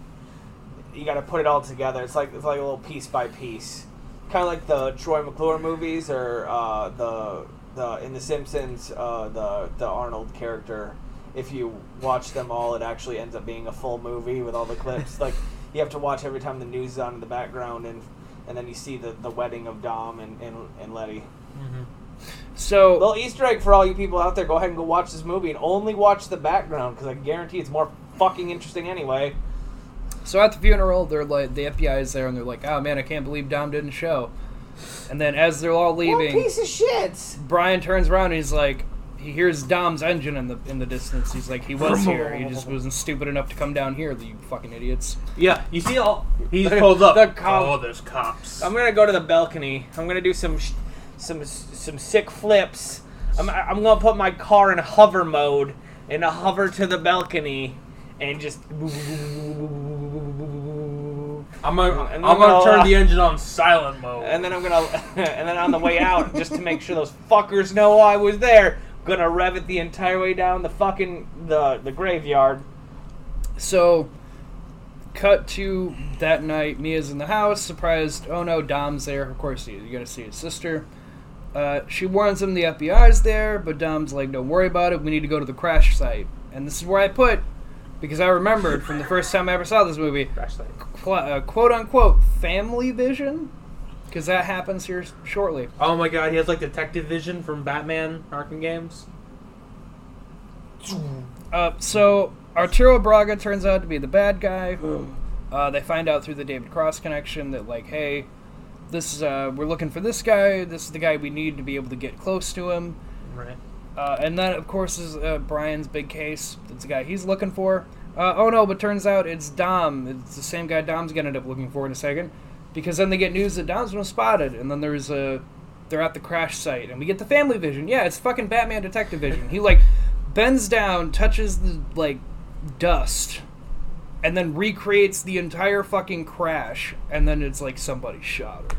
[SPEAKER 3] You gotta put it all together. It's like it's like a little piece by piece, kind of like the Troy McClure movies or uh, the the in the Simpsons uh, the the Arnold character. If you watch them all, it actually ends up being a full movie with all the clips. like you have to watch every time the news is on in the background and. And then you see the, the wedding of Dom and, and, and Letty.
[SPEAKER 4] So
[SPEAKER 3] Little Easter egg for all you people out there. Go ahead and go watch this movie and only watch the background because I guarantee it's more fucking interesting anyway.
[SPEAKER 4] So at the funeral, they're like the FBI is there, and they're like, "Oh man, I can't believe Dom didn't show." And then as they're all
[SPEAKER 3] What
[SPEAKER 4] leaving,
[SPEAKER 3] piece of shit?
[SPEAKER 4] Brian turns around and he's like, he hears Dom's engine in the in the distance. He's like, "He was here. He
[SPEAKER 3] [laughs]
[SPEAKER 4] just wasn't stupid enough to come down here. You fucking idiots."
[SPEAKER 2] Yeah, you see all. He
[SPEAKER 3] The-
[SPEAKER 2] pulls
[SPEAKER 4] [laughs]
[SPEAKER 2] up.
[SPEAKER 3] the cop-
[SPEAKER 2] Oh, there's cops.
[SPEAKER 3] I'm gonna go to the balcony. I'm gonna do some sh- some some sick flips. I'm, I'm gonna put my car in hover mode and hover to the balcony and just.
[SPEAKER 2] I'm gonna,
[SPEAKER 3] And then
[SPEAKER 2] I'm gonna
[SPEAKER 3] I'll,
[SPEAKER 2] turn
[SPEAKER 3] uh,
[SPEAKER 2] the engine on silent mode.
[SPEAKER 3] And then I'm gonna, [laughs] and then on the way out, just to make sure those fuckers know I was there, gonna rev it the entire way down the fucking the the graveyard.
[SPEAKER 4] So, cut to that night. Mia's in the house, surprised. Oh no, Dom's there. Of course, he- you're gonna see his sister. Uh, she warns him the FBI's there, but Dom's like, "Don't worry about it. We need to go to the crash site." And this is where I put, because I remembered from the first time I ever saw this movie,
[SPEAKER 2] Actually,
[SPEAKER 4] qu- uh, quote unquote, family vision, because that happens here s- shortly.
[SPEAKER 2] oh my god, he has like detective vision from Batman Arkham games.
[SPEAKER 4] Uh, so Arturo Braga turns out to be the bad guy. Uh, they find out through the David Cross connection that like, hey, this is uh, we're looking for this guy. This is the guy we need to be able to get close to him.
[SPEAKER 2] Right.
[SPEAKER 4] Uh, and that of course is uh, Brian's big case. That's the guy he's looking for. Uh, oh no, but turns out it's Dom. It's the same guy Dom's gonna end up looking for in a second, because then they get news that Dom's been spotted, and then there's a they're at the crash site, and we get the family vision. Yeah, it's fucking Batman Detective Vision. He like bends down, touches the like dust, and then recreates the entire fucking crash, and then it's like somebody shot her.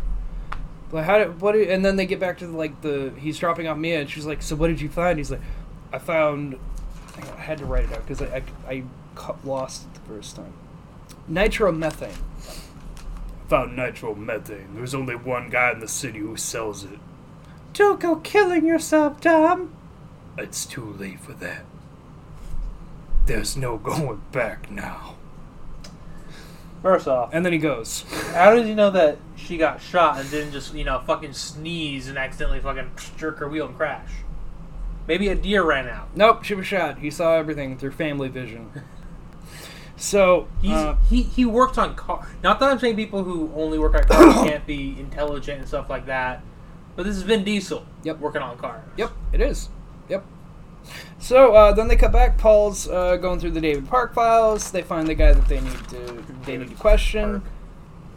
[SPEAKER 4] Like how did what? Did, and then they get back to like the he's dropping off Mia, and she's like, "So what did you find?" He's like, "I found." hang on, I had to write it out because I, I, I cu- lost it the first time. Nitromethane.
[SPEAKER 6] Found nitromethane. There's only one guy in the city who sells it.
[SPEAKER 4] Don't go killing yourself, Dom.
[SPEAKER 6] It's too late for that. There's no going back now.
[SPEAKER 2] First off,
[SPEAKER 4] And then he goes.
[SPEAKER 2] how did you know that she got shot and didn't just you know fucking sneeze and accidentally fucking jerk her wheel and crash? Maybe a deer ran out.
[SPEAKER 4] Nope, she was shot. He saw everything through family vision. So
[SPEAKER 2] He's,
[SPEAKER 4] uh,
[SPEAKER 2] he he worked on car. Not that I'm saying people who only work on cars [coughs] can't be intelligent and stuff like that, but this is Vin Diesel.
[SPEAKER 4] Yep.
[SPEAKER 2] working on cars.
[SPEAKER 4] Yep, it is. Yep. So uh, then they cut back. Paul's uh, going through the David Park files. They find the guy that they need to they need to question.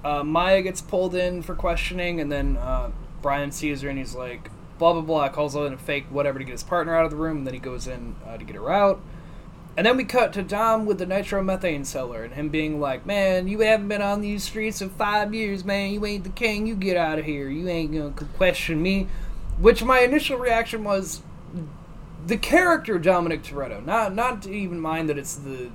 [SPEAKER 4] Uh, Maya gets pulled in for questioning, and then uh, Brian sees her and he's like, blah blah blah. Calls in a fake whatever to get his partner out of the room, and then he goes in uh, to get her out. And then we cut to Dom with the nitromethane seller and him being like, "Man, you haven't been on these streets in five years, man. You ain't the king. You get out of here. You ain't gonna question me." Which my initial reaction was, the character Dominic Toretto, not not to even mind that it's the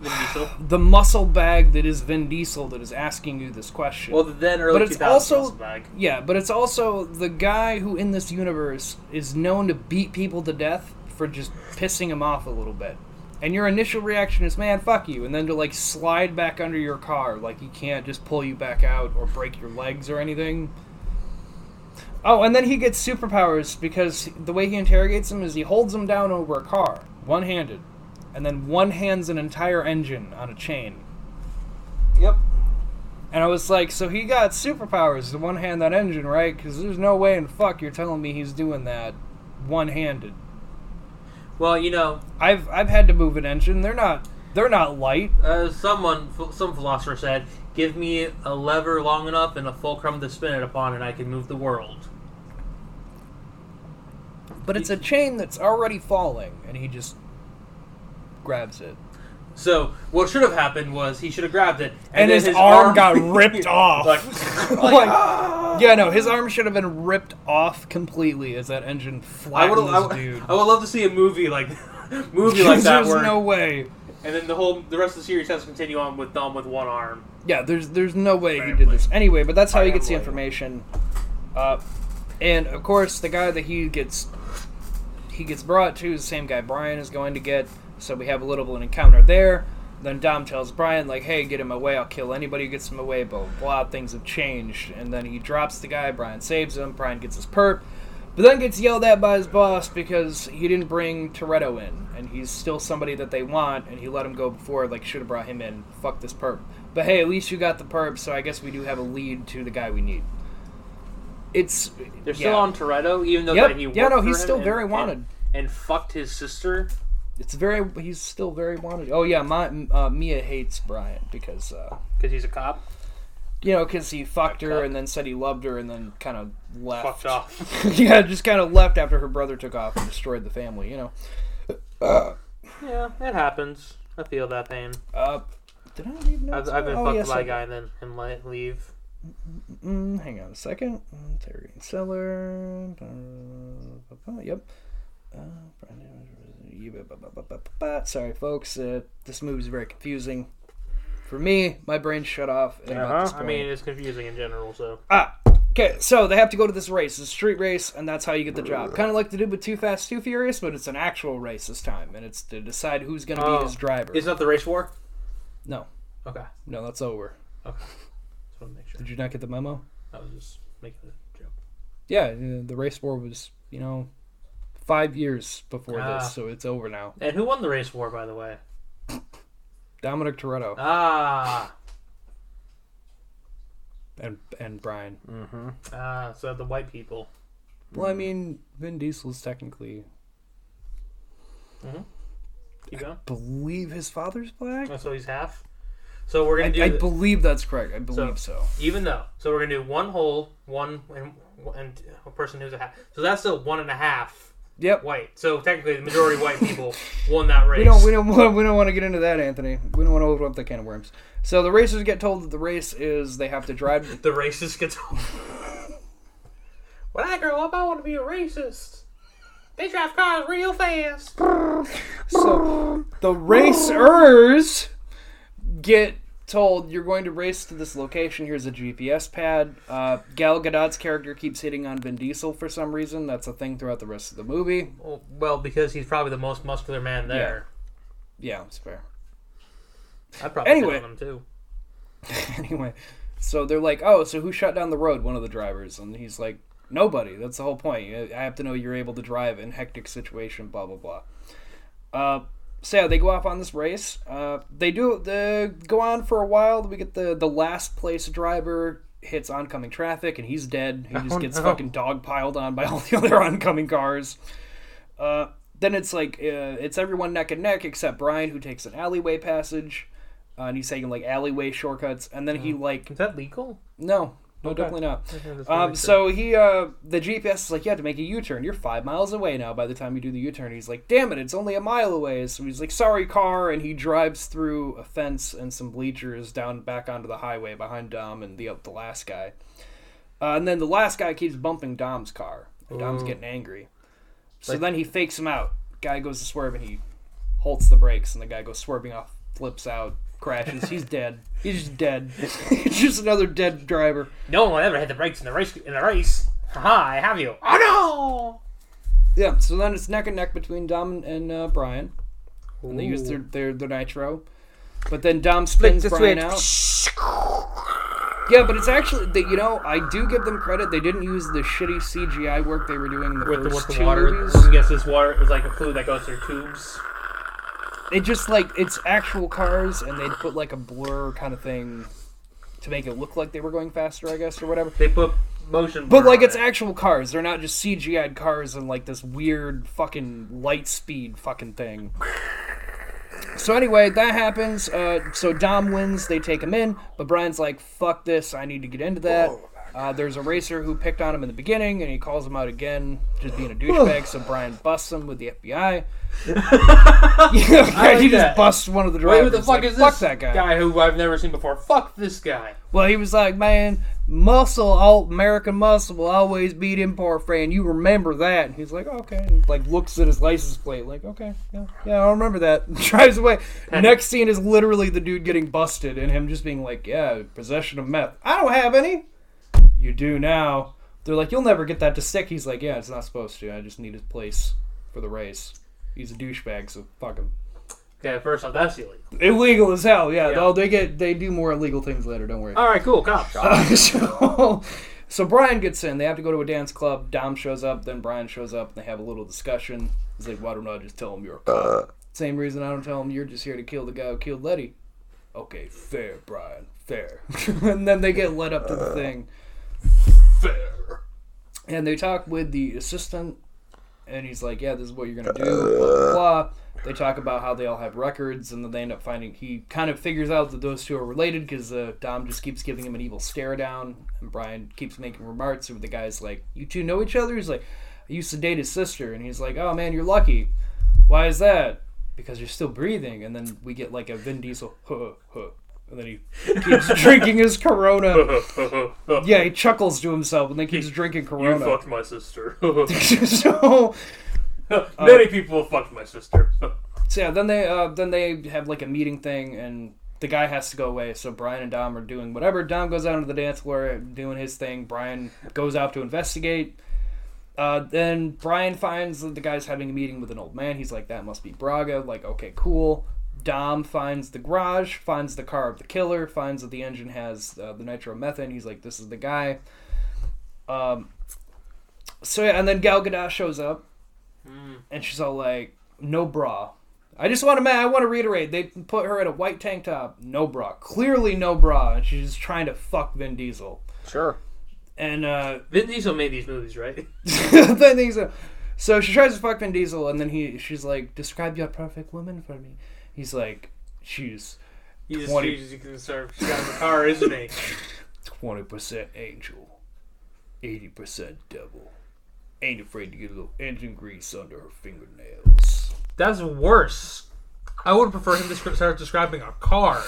[SPEAKER 2] Vin Diesel.
[SPEAKER 4] the muscle bag that is Vin Diesel that is asking you this question.
[SPEAKER 2] Well, the then early
[SPEAKER 4] But it's
[SPEAKER 2] 2000s
[SPEAKER 4] also-
[SPEAKER 2] muscle bag.
[SPEAKER 4] yeah, but it's also the guy who in this universe is known to beat people to death for just pissing him off a little bit. And your initial reaction is, man, fuck you. And then to like slide back under your car, like he can't just pull you back out or break your legs or anything. Oh, and then he gets superpowers because the way he interrogates him is he holds him down over a car, one handed, and then one hands an entire engine on a chain.
[SPEAKER 3] Yep.
[SPEAKER 4] And I was like, so he got superpowers to one hand that engine, right? Because there's no way in fuck you're telling me he's doing that one handed.
[SPEAKER 2] Well, you know,
[SPEAKER 4] I've I've had to move an engine. They're not they're not light.
[SPEAKER 2] uh, someone, ph- some philosopher said, "Give me a lever long enough and a fulcrum to spin it upon, and I can move the world."
[SPEAKER 4] But it's a chain that's already falling, and he just grabs it.
[SPEAKER 2] So what should have happened was he should have grabbed it,
[SPEAKER 4] And,
[SPEAKER 2] then
[SPEAKER 4] his,
[SPEAKER 2] [laughs]
[SPEAKER 4] arm, got ripped off.
[SPEAKER 2] like,
[SPEAKER 4] [laughs]
[SPEAKER 2] "Ah!"
[SPEAKER 4] Like, yeah, no, his arm should have been ripped off completely as that engine
[SPEAKER 2] I would,
[SPEAKER 4] flattens
[SPEAKER 2] I, would,
[SPEAKER 4] dude.
[SPEAKER 2] Oh, I would love to see a movie like, [laughs]
[SPEAKER 4] [laughs]
[SPEAKER 2] movie like that
[SPEAKER 4] there's
[SPEAKER 2] where,
[SPEAKER 4] no way.
[SPEAKER 2] and then the whole, the rest of the series has to continue on with Dom with one arm.
[SPEAKER 4] Yeah, there's there's no way he did this. Anyway, but that's how he gets the information. Uh, and of course, the guy that he gets he gets brought to is the same guy Brian is going to get. So we have a little bit of an encounter there. Then Dom tells Brian like, "Hey, get him away. I'll kill anybody who gets him away." Blah blah. blah. Things have changed. And then he drops the guy. Brian saves him. Brian gets his perp. But then gets yelled at by his boss because he didn't bring Toretto in, and he's still somebody that they want, and he let him go before, like, should have brought him in. Fuck this perp. But hey, at least you got the perp, so I guess we do have a lead to the guy we need. It's.
[SPEAKER 2] They're
[SPEAKER 4] yeah.
[SPEAKER 2] still on Toretto, even though
[SPEAKER 4] Yep.
[SPEAKER 2] that he
[SPEAKER 4] Yeah, no,
[SPEAKER 2] worked for
[SPEAKER 4] he's
[SPEAKER 2] him
[SPEAKER 4] still
[SPEAKER 2] and-
[SPEAKER 4] very
[SPEAKER 2] and-
[SPEAKER 4] wanted.
[SPEAKER 2] and fucked his sister.
[SPEAKER 4] It's very. He's still very wanted. Oh, yeah, my, uh, Mia hates Brian because, uh,
[SPEAKER 2] Because he's a cop.
[SPEAKER 4] you know, because he fucked her
[SPEAKER 2] Okay.
[SPEAKER 4] and then said he loved her and then kind of left.
[SPEAKER 2] Fucked off.
[SPEAKER 4] [laughs] yeah, just kind of left after her brother took off and destroyed the family, you know?
[SPEAKER 2] Yeah, it happens. I feel that pain.
[SPEAKER 4] Uh, did I leave notes?
[SPEAKER 2] I've, I've been
[SPEAKER 4] Oh,
[SPEAKER 2] fucked
[SPEAKER 4] yes,
[SPEAKER 2] by
[SPEAKER 4] I
[SPEAKER 2] a guy and then him let leave.
[SPEAKER 4] Mm, hang on a second. Mm, Terry and Seller. Blah, blah, blah, blah, Yep. Uh, Brandon- you- blah, blah, blah, blah, blah, blah. Sorry, folks. Uh, this movie's very confusing. For me, my brain shut off. At about
[SPEAKER 5] Uh-huh.
[SPEAKER 4] this
[SPEAKER 2] I
[SPEAKER 4] point.
[SPEAKER 2] mean, it's confusing in general. So
[SPEAKER 4] ah, okay. So they have to go to this race, this street race, and that's how you get the job. Kind of like they did with Too Fast, Too Furious, but it's an actual race this time, and it's to decide who's going to
[SPEAKER 2] Oh.
[SPEAKER 4] be his driver.
[SPEAKER 2] it's not the race war.
[SPEAKER 4] No,
[SPEAKER 2] Okay,
[SPEAKER 4] no, that's over.
[SPEAKER 2] just want to make sure.
[SPEAKER 4] Did you not get the memo?
[SPEAKER 2] I was just making a joke.
[SPEAKER 4] Yeah, uh, the race war was, you know, five years before
[SPEAKER 2] Ah.
[SPEAKER 4] this, so it's over now.
[SPEAKER 2] And who won the race war, by the way?
[SPEAKER 4] Dominic Toretto
[SPEAKER 2] Ah,
[SPEAKER 4] and and Brian.
[SPEAKER 2] ah. So the white people.
[SPEAKER 4] Well,
[SPEAKER 2] Mm-hmm.
[SPEAKER 4] I mean, Vin Diesel's technically
[SPEAKER 2] Mm-hmm. Keep going.
[SPEAKER 4] believe his father's black.
[SPEAKER 2] Oh, so he's half. So we're
[SPEAKER 4] I,
[SPEAKER 2] gonna do.
[SPEAKER 4] I
[SPEAKER 2] the-
[SPEAKER 4] believe that's correct. I believe so.
[SPEAKER 2] even though. So we're gonna do one whole, one and, and a person who's a half. So that's still one and a half
[SPEAKER 4] Yep.
[SPEAKER 2] white. So technically, the majority of white
[SPEAKER 4] [laughs]
[SPEAKER 2] people won that race.
[SPEAKER 4] We don't we don't [laughs] want, we don't want to get into that, Anthony. We don't want to open up the can of worms. So the racers get told that the race is they have to drive.
[SPEAKER 2] the racist gets. [laughs] when I grow up, I want to be a racist. They drive cars real fast.
[SPEAKER 4] So the racers get told you're going to race to this location. Here's a GPS pad. Uh, Gal Gadot's character keeps hitting on Vin Diesel for some reason. That's a thing throughout the rest of the movie.
[SPEAKER 2] Well, because he's probably the most muscular man there.
[SPEAKER 4] Yeah, it's fair.
[SPEAKER 2] I'd probably
[SPEAKER 4] Anyway.
[SPEAKER 2] hit on him too.
[SPEAKER 4] [laughs] anyway, so they're like, "Oh, so who shut down the road?" One of the drivers, and he's like, "Nobody. That's the whole point. I I have to know you're able to drive in hectic situation." Blah blah blah. Uh, so yeah, they go off on this race. Uh, they do the go on for a while. We get the the last place driver hits oncoming traffic, and he's dead. He just gets fucking dog piled on by [laughs] all the other oncoming cars. Uh, then it's like uh, it's everyone neck and neck except Brian, who takes an alleyway passage. Uh, and he's taking like alleyway shortcuts, and then he like
[SPEAKER 2] Is that legal?
[SPEAKER 4] no, no, definitely not. Um, so he, uh, the GPS is like, you have to make a U turn. You're five miles away now. By the time you do the U turn, he's like, damn it, it's only a mile away. So he's like, sorry, car, and he drives through a fence and some bleachers down back onto the highway behind Dom and the the last guy. Uh, and then the last guy keeps bumping Dom's car. And Dom's getting angry. So then he fakes him out. Guy goes to swerve and he halts the brakes, and the guy goes swerving off, flips out, crashes.
[SPEAKER 5] [laughs]
[SPEAKER 4] He's dead. He's just dead. [laughs] He's just another dead driver.
[SPEAKER 2] no one will ever hit the brakes in the race. In the race, haha! I have you. Oh
[SPEAKER 4] Yeah, so then it's neck and neck between Dom and uh, Brian, and they use their, their their nitro, but then Dom spins
[SPEAKER 5] the
[SPEAKER 4] Brian
[SPEAKER 5] switch.
[SPEAKER 4] out.
[SPEAKER 5] [laughs]
[SPEAKER 4] Yeah, but it's actually they, you know I do give them credit. They didn't use the shitty CGI work they were doing in the
[SPEAKER 2] with the,
[SPEAKER 4] first
[SPEAKER 2] with the
[SPEAKER 4] two
[SPEAKER 2] water.
[SPEAKER 4] movies.
[SPEAKER 2] I guess this water is like a fluid that goes through tubes. [laughs]
[SPEAKER 4] It just like it's actual cars, and they'd put like a blur kind of thing to make it look like they were going faster, I guess, or whatever.
[SPEAKER 2] They put motion.
[SPEAKER 4] But
[SPEAKER 2] blur
[SPEAKER 4] like
[SPEAKER 2] on
[SPEAKER 4] it's
[SPEAKER 2] it.
[SPEAKER 4] actual cars. They're not just CGI'd cars and like this weird fucking light speed fucking thing. So anyway, that happens. Uh, so Dom wins. They take him in, but Brian's like, "Fuck this! I need to get into that." Uh, there's a racer who picked on him in the beginning, and he calls him out again, just being a douchebag. so Brian busts him with the
[SPEAKER 2] [laughs]
[SPEAKER 4] FBI. [laughs] yeah,
[SPEAKER 2] like
[SPEAKER 4] he just
[SPEAKER 2] that.
[SPEAKER 4] busts one of the
[SPEAKER 2] Wait,
[SPEAKER 4] drivers.
[SPEAKER 2] who the fuck
[SPEAKER 4] like,
[SPEAKER 2] is
[SPEAKER 4] "Fuck
[SPEAKER 2] this
[SPEAKER 4] that guy.
[SPEAKER 2] who I've never seen before? Fuck this guy.
[SPEAKER 4] Well, he was like, man, muscle, all American muscle will always beat import friend. You remember that? And he's like, okay. And, like looks at his license plate, like, okay, yeah, yeah, I remember that. [laughs] Drives away. Next scene is literally the dude getting busted and him just being like, yeah, possession of meth. I don't have any. You do now. They're like, you'll never get that to stick. He's like, yeah, it's not supposed to. I just need his place for the race. He's a douchebag, so fuck him.
[SPEAKER 2] Okay, first off, that's illegal.
[SPEAKER 4] Illegal as hell, yeah.
[SPEAKER 2] Yeah.
[SPEAKER 4] though they get they do more illegal things later. Don't worry.
[SPEAKER 2] All right, cool, cops.
[SPEAKER 4] Uh, [laughs] so, so Brian gets in. They have to go to a dance club. Dom shows up. Then Brian shows up. And they have a little discussion. He's like, "Why don't I just tell him you're a cop?" Same reason I don't tell him you're just here to kill the guy who killed Letty. Okay, fair, Brian, fair. [laughs] and then they get led up to the thing. Fair. And they talk with the assistant, and he's like, "Yeah, this is what you're gonna do." Blah blah. blah. They talk about how they all have records, and then they end up finding he kind of figures out that those two are related because uh, Dom just keeps giving him an evil stare down, and Brian keeps making remarks. And the guy's like, "You two know each other?" He's like, "I used to date his sister," and he's like, "Oh man, you're lucky. Why is that?" Because you're still breathing, and then we get like a Vin Diesel, [laughs] huh, huh, and then he keeps drinking his Corona. Yeah, he chuckles to himself, and then keeps drinking
[SPEAKER 2] You
[SPEAKER 4] Corona.
[SPEAKER 2] fucked my sister. [laughs]
[SPEAKER 4] [laughs] so
[SPEAKER 2] Many people fucked my sister. [laughs]
[SPEAKER 4] So yeah, then they uh, then they have like a meeting thing, and the guy has to go away. So Brian and Dom are doing whatever. Dom goes out onto the dance floor doing his thing. Brian goes out to investigate. Uh, then Brian finds that the guy's having a meeting with an old man. He's like, "That must be Braga." Like, okay, cool. Dom finds the garage, finds the car of the killer, finds that the engine has uh, the nitromethane. He's like, "This is the guy." Um, so yeah, and then Gal Gadot shows up, and she's all like, "No bra." I just want to ma- I want to reiterate they put her in a white tank top, no bra, clearly no bra, and she's just trying to fuck Vin Diesel.
[SPEAKER 5] Sure.
[SPEAKER 4] And uh, [laughs]
[SPEAKER 2] Vin Diesel made these movies, right?
[SPEAKER 4] then he's uh, so she tries to fuck Vin Diesel, and then he she's like, "Describe your perfect woman for me." He's like, "She's
[SPEAKER 2] He's just,
[SPEAKER 4] 20.
[SPEAKER 2] he's just concerned. She's got the car, isn't he?
[SPEAKER 4] twenty percent angel, eighty percent devil. Ain't afraid to get a little engine grease under her fingernails."
[SPEAKER 2] That's worse. I would prefer him to sc- start describing a car.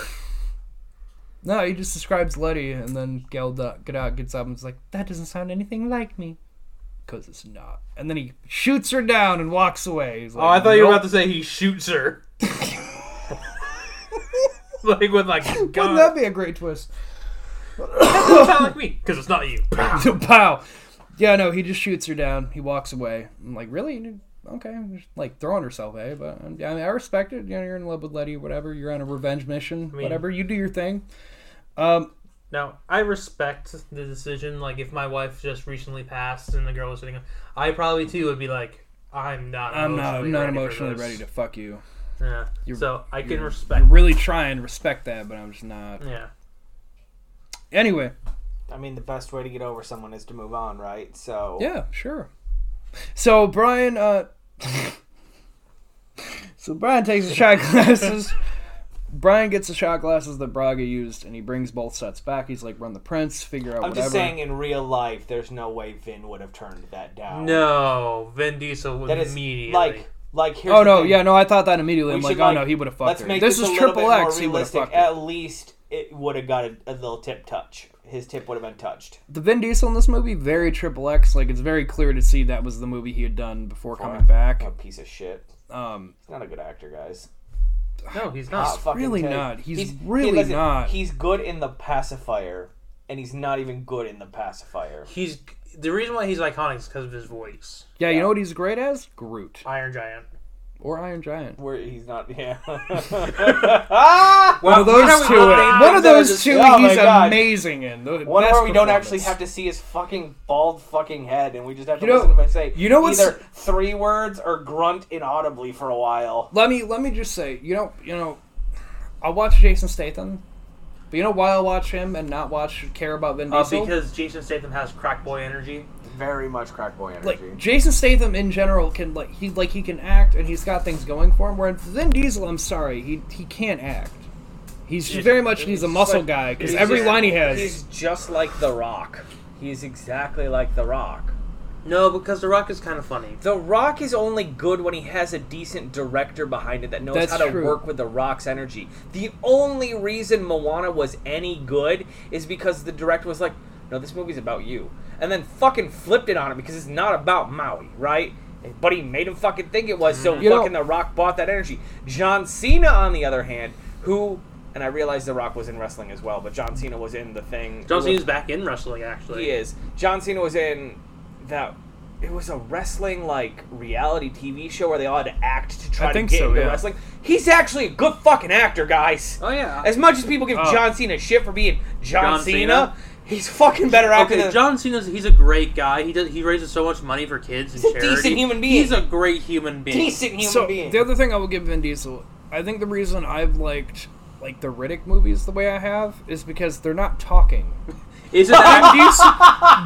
[SPEAKER 4] No, he just describes Letty, and then Gal Gadot Gadot gets up and is like, "That doesn't sound anything like me," because it's not. And then he shoots her down and walks away. He's like,
[SPEAKER 2] Oh, I thought you were
[SPEAKER 4] "Nope."
[SPEAKER 2] about to say he shoots her. like with like
[SPEAKER 4] Wouldn't
[SPEAKER 2] gun.
[SPEAKER 4] that be a great twist? [laughs]
[SPEAKER 2] It's not like me because it's not you.
[SPEAKER 4] Pow. Yeah, no, he just shoots her down. He walks away. I'm like, really? Okay, I'm just, like throwing herself, eh? But um, yeah, I, mean, I respect it. You know, you're in love with Letty, whatever. You're on a revenge mission,
[SPEAKER 2] mean-
[SPEAKER 4] whatever. You do your thing.
[SPEAKER 2] Now, I respect the decision. Like, if my wife just recently passed and the girl was sitting, up, I probably too would be like, I'm not.
[SPEAKER 4] I'm not, I'm
[SPEAKER 2] emotionally
[SPEAKER 4] not
[SPEAKER 2] ready for
[SPEAKER 4] emotionally
[SPEAKER 2] this.
[SPEAKER 4] ready to fuck you.
[SPEAKER 2] Yeah.
[SPEAKER 4] Um, You're-
[SPEAKER 2] so I can
[SPEAKER 4] you're-
[SPEAKER 2] respect.
[SPEAKER 4] I really try and respect that, but I'm just not.
[SPEAKER 2] Yeah.
[SPEAKER 4] Anyway,
[SPEAKER 3] I mean, the best way to get over someone is to move on, right? So
[SPEAKER 4] Yeah, sure. So Brian, uh, [laughs] so Brian takes the shot glasses. Brian gets the shot glasses that Braga used, and he brings both sets back. He's like, "Run the prints, figure out
[SPEAKER 3] I'm
[SPEAKER 4] whatever."
[SPEAKER 3] just saying, in real life, there's no way Vin would have turned that down.
[SPEAKER 2] No, Vin Diesel would
[SPEAKER 3] that is
[SPEAKER 2] immediately.
[SPEAKER 3] like like here's
[SPEAKER 4] oh
[SPEAKER 3] the
[SPEAKER 4] no,
[SPEAKER 3] thing.
[SPEAKER 4] yeah, no, I thought that immediately.
[SPEAKER 3] We
[SPEAKER 4] I'm
[SPEAKER 3] should,
[SPEAKER 4] like, "Oh
[SPEAKER 3] like,
[SPEAKER 4] no, he would have fucked
[SPEAKER 3] Let's
[SPEAKER 4] her."
[SPEAKER 3] make
[SPEAKER 4] This,
[SPEAKER 3] a
[SPEAKER 4] is
[SPEAKER 3] little bit
[SPEAKER 4] triple X.
[SPEAKER 3] more
[SPEAKER 4] He would have
[SPEAKER 3] realistic. Uh,
[SPEAKER 4] fucked her.
[SPEAKER 3] At least it would have got a, a little tip touch. His tip would have been touched.
[SPEAKER 4] The Vin Diesel in this movie, very triple X. Like it's very clear to see that was the movie he had done before coming
[SPEAKER 3] A
[SPEAKER 4] back.
[SPEAKER 3] Oh, piece of shit.
[SPEAKER 4] Um,
[SPEAKER 3] He's not a good actor, guys.
[SPEAKER 2] no, he's
[SPEAKER 3] I'll
[SPEAKER 5] ah,
[SPEAKER 2] not.
[SPEAKER 3] fucking
[SPEAKER 4] really
[SPEAKER 3] tell you.
[SPEAKER 4] not. He's really
[SPEAKER 3] listen,
[SPEAKER 4] not.
[SPEAKER 3] He's good in the pacifier, and he's not even good in the pacifier.
[SPEAKER 2] He's the reason why he's iconic is because of his voice.
[SPEAKER 4] Yeah, you know what he's great as? Groot
[SPEAKER 2] Iron Giant.
[SPEAKER 4] or Iron Giant.
[SPEAKER 3] Where he's not, yeah. [laughs] ah!
[SPEAKER 4] One of those
[SPEAKER 2] where we
[SPEAKER 4] two.
[SPEAKER 2] going?
[SPEAKER 4] One of those
[SPEAKER 3] Just-
[SPEAKER 4] two.
[SPEAKER 3] oh my
[SPEAKER 4] he's
[SPEAKER 3] God.
[SPEAKER 4] amazing in. The
[SPEAKER 3] One
[SPEAKER 4] best
[SPEAKER 3] where we don't actually
[SPEAKER 4] performance.
[SPEAKER 3] have to see his fucking bald fucking head, and we just have to
[SPEAKER 4] You know-
[SPEAKER 3] listen to him say
[SPEAKER 4] you know what's-
[SPEAKER 3] either three words or grunt inaudibly for a while.
[SPEAKER 4] Let me let me just say, you know, you know, I watch Jason Statham, but you know why I watch him and not watch care about Vin
[SPEAKER 2] Uh,
[SPEAKER 4] Diesel?
[SPEAKER 2] because Jason Statham has crack boy energy.
[SPEAKER 3] Very much crack boy energy.
[SPEAKER 4] like Jason Statham in general can like he like he can act and he's got things going for him. Whereas Vin Diesel, I'm sorry, he he can't act. He's
[SPEAKER 2] He's-
[SPEAKER 4] very much he's a
[SPEAKER 5] he's
[SPEAKER 4] muscle
[SPEAKER 5] like-
[SPEAKER 4] guy because
[SPEAKER 5] he's
[SPEAKER 4] every
[SPEAKER 5] just-
[SPEAKER 4] line he has.
[SPEAKER 5] He's just like The Rock. He's exactly like The Rock.
[SPEAKER 2] No, because The Rock is kind of funny.
[SPEAKER 5] The Rock is only good when he has a decent director behind it that knows
[SPEAKER 4] That's
[SPEAKER 5] how to
[SPEAKER 4] true.
[SPEAKER 5] work with The Rock's energy. The only reason Moana was any good is because the director was like, no, this movie's about you. And then fucking flipped it on him because it's not about Maui, right? But he made him fucking think it was, so
[SPEAKER 4] Mm-hmm. You know-
[SPEAKER 5] fucking The Rock bought that energy. John Cena, on the other hand, who. And I realized The Rock was in wrestling as well, but John Cena was in the thing.
[SPEAKER 2] John Cena's back in wrestling actually.
[SPEAKER 5] He is. John Cena was in that. It was a wrestling like reality TV show where they all had to act to try
[SPEAKER 4] I think
[SPEAKER 5] to get
[SPEAKER 4] so,
[SPEAKER 5] into
[SPEAKER 4] yeah.
[SPEAKER 5] wrestling. He's actually a good fucking actor, guys.
[SPEAKER 2] Oh yeah.
[SPEAKER 5] As much as people give
[SPEAKER 4] Oh.
[SPEAKER 5] John Cena shit for being John,
[SPEAKER 2] John
[SPEAKER 5] Cena,
[SPEAKER 2] Cena?
[SPEAKER 5] he's fucking better actor
[SPEAKER 2] Okay,
[SPEAKER 5] than
[SPEAKER 2] John Cena's he's a great guy. He does he raises so much money for kids and
[SPEAKER 5] He's a
[SPEAKER 2] charity.
[SPEAKER 5] decent human being.
[SPEAKER 2] He's a great human being.
[SPEAKER 5] decent human
[SPEAKER 4] So
[SPEAKER 5] being.
[SPEAKER 4] the other thing I will give Vin Diesel, I think the reason I've liked like the Riddick movies the way I have is because they're not talking.
[SPEAKER 2] Is it
[SPEAKER 4] [laughs] Vin Diesel,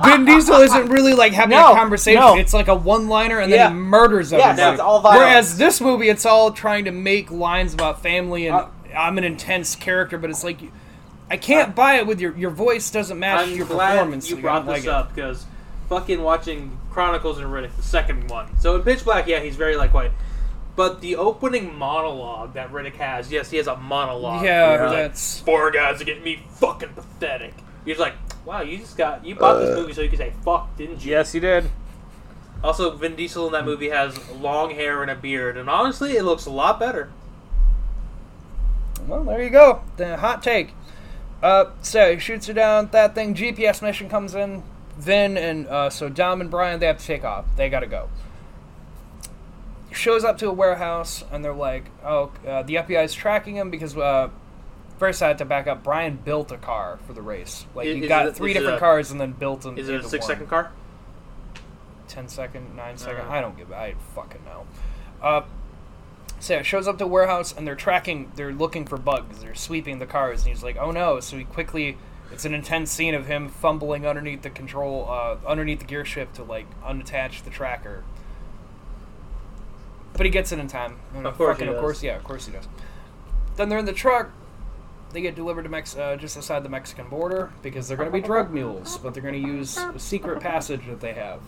[SPEAKER 4] Vin Diesel isn't really like having
[SPEAKER 3] No,
[SPEAKER 4] a conversation.
[SPEAKER 3] no.
[SPEAKER 4] It's like a one-liner, and
[SPEAKER 3] Yeah.
[SPEAKER 4] then he murders
[SPEAKER 3] Yes,
[SPEAKER 4] everybody.
[SPEAKER 3] it's all violence.
[SPEAKER 4] Whereas this movie, it's all trying to make lines about family, and
[SPEAKER 3] Uh,
[SPEAKER 4] I'm an intense character, but it's like you- I can't buy it with your your voice doesn't match
[SPEAKER 2] I'm
[SPEAKER 4] your
[SPEAKER 2] glad
[SPEAKER 4] performance.
[SPEAKER 2] You
[SPEAKER 4] I
[SPEAKER 2] brought
[SPEAKER 4] don't
[SPEAKER 2] this
[SPEAKER 4] like it.
[SPEAKER 2] up because fucking watching Chronicles and Riddick, the second one. So in Pitch Black, yeah, he's very like white. But the opening monologue that Riddick has, yes, he has a monologue.
[SPEAKER 4] Yeah,
[SPEAKER 2] You're like,
[SPEAKER 4] that's
[SPEAKER 2] four guys are getting me fucking pathetic. You're like, wow, you just got you bought this movie so you could say fuck, didn't you?
[SPEAKER 5] yes, he did.
[SPEAKER 2] Also, Vin Diesel in that movie has long hair and a beard, and honestly, it looks a lot better.
[SPEAKER 4] well. There you go. The hot take. Uh, so he shoots her down. That thing GPS mission comes in. Vin and uh, so Dom and Brian they have to take off. They gotta go. Shows up to a warehouse and they're like, "Oh, uh, the FBI is tracking him because uh, first I had to back up. Brian built a car for the race. Like
[SPEAKER 2] Is-
[SPEAKER 4] he
[SPEAKER 2] is
[SPEAKER 4] got
[SPEAKER 2] it-
[SPEAKER 4] three
[SPEAKER 2] is it
[SPEAKER 4] different
[SPEAKER 2] a-
[SPEAKER 4] cars and then built them.
[SPEAKER 2] Is it a
[SPEAKER 4] into
[SPEAKER 2] six
[SPEAKER 4] one.
[SPEAKER 2] second car?
[SPEAKER 4] 10 second, 9 second.
[SPEAKER 2] Uh.
[SPEAKER 4] I don't give. I fucking know. Uh, so yeah, shows up to warehouse and they're tracking. They're looking for bugs. They're sweeping the cars, and he's like, "Oh no!" So he quickly. It's an intense scene of him fumbling underneath the control, uh, underneath the gear shift to like unattach the tracker. But he gets it in time. And
[SPEAKER 2] Of course
[SPEAKER 4] fucking-
[SPEAKER 2] he
[SPEAKER 4] of
[SPEAKER 2] does.
[SPEAKER 4] course, yeah, of course he does. Then they're in the truck. They get delivered to Mex- uh, just outside the Mexican border because they're going to be drug mules, but they're going to use a secret passage that they have.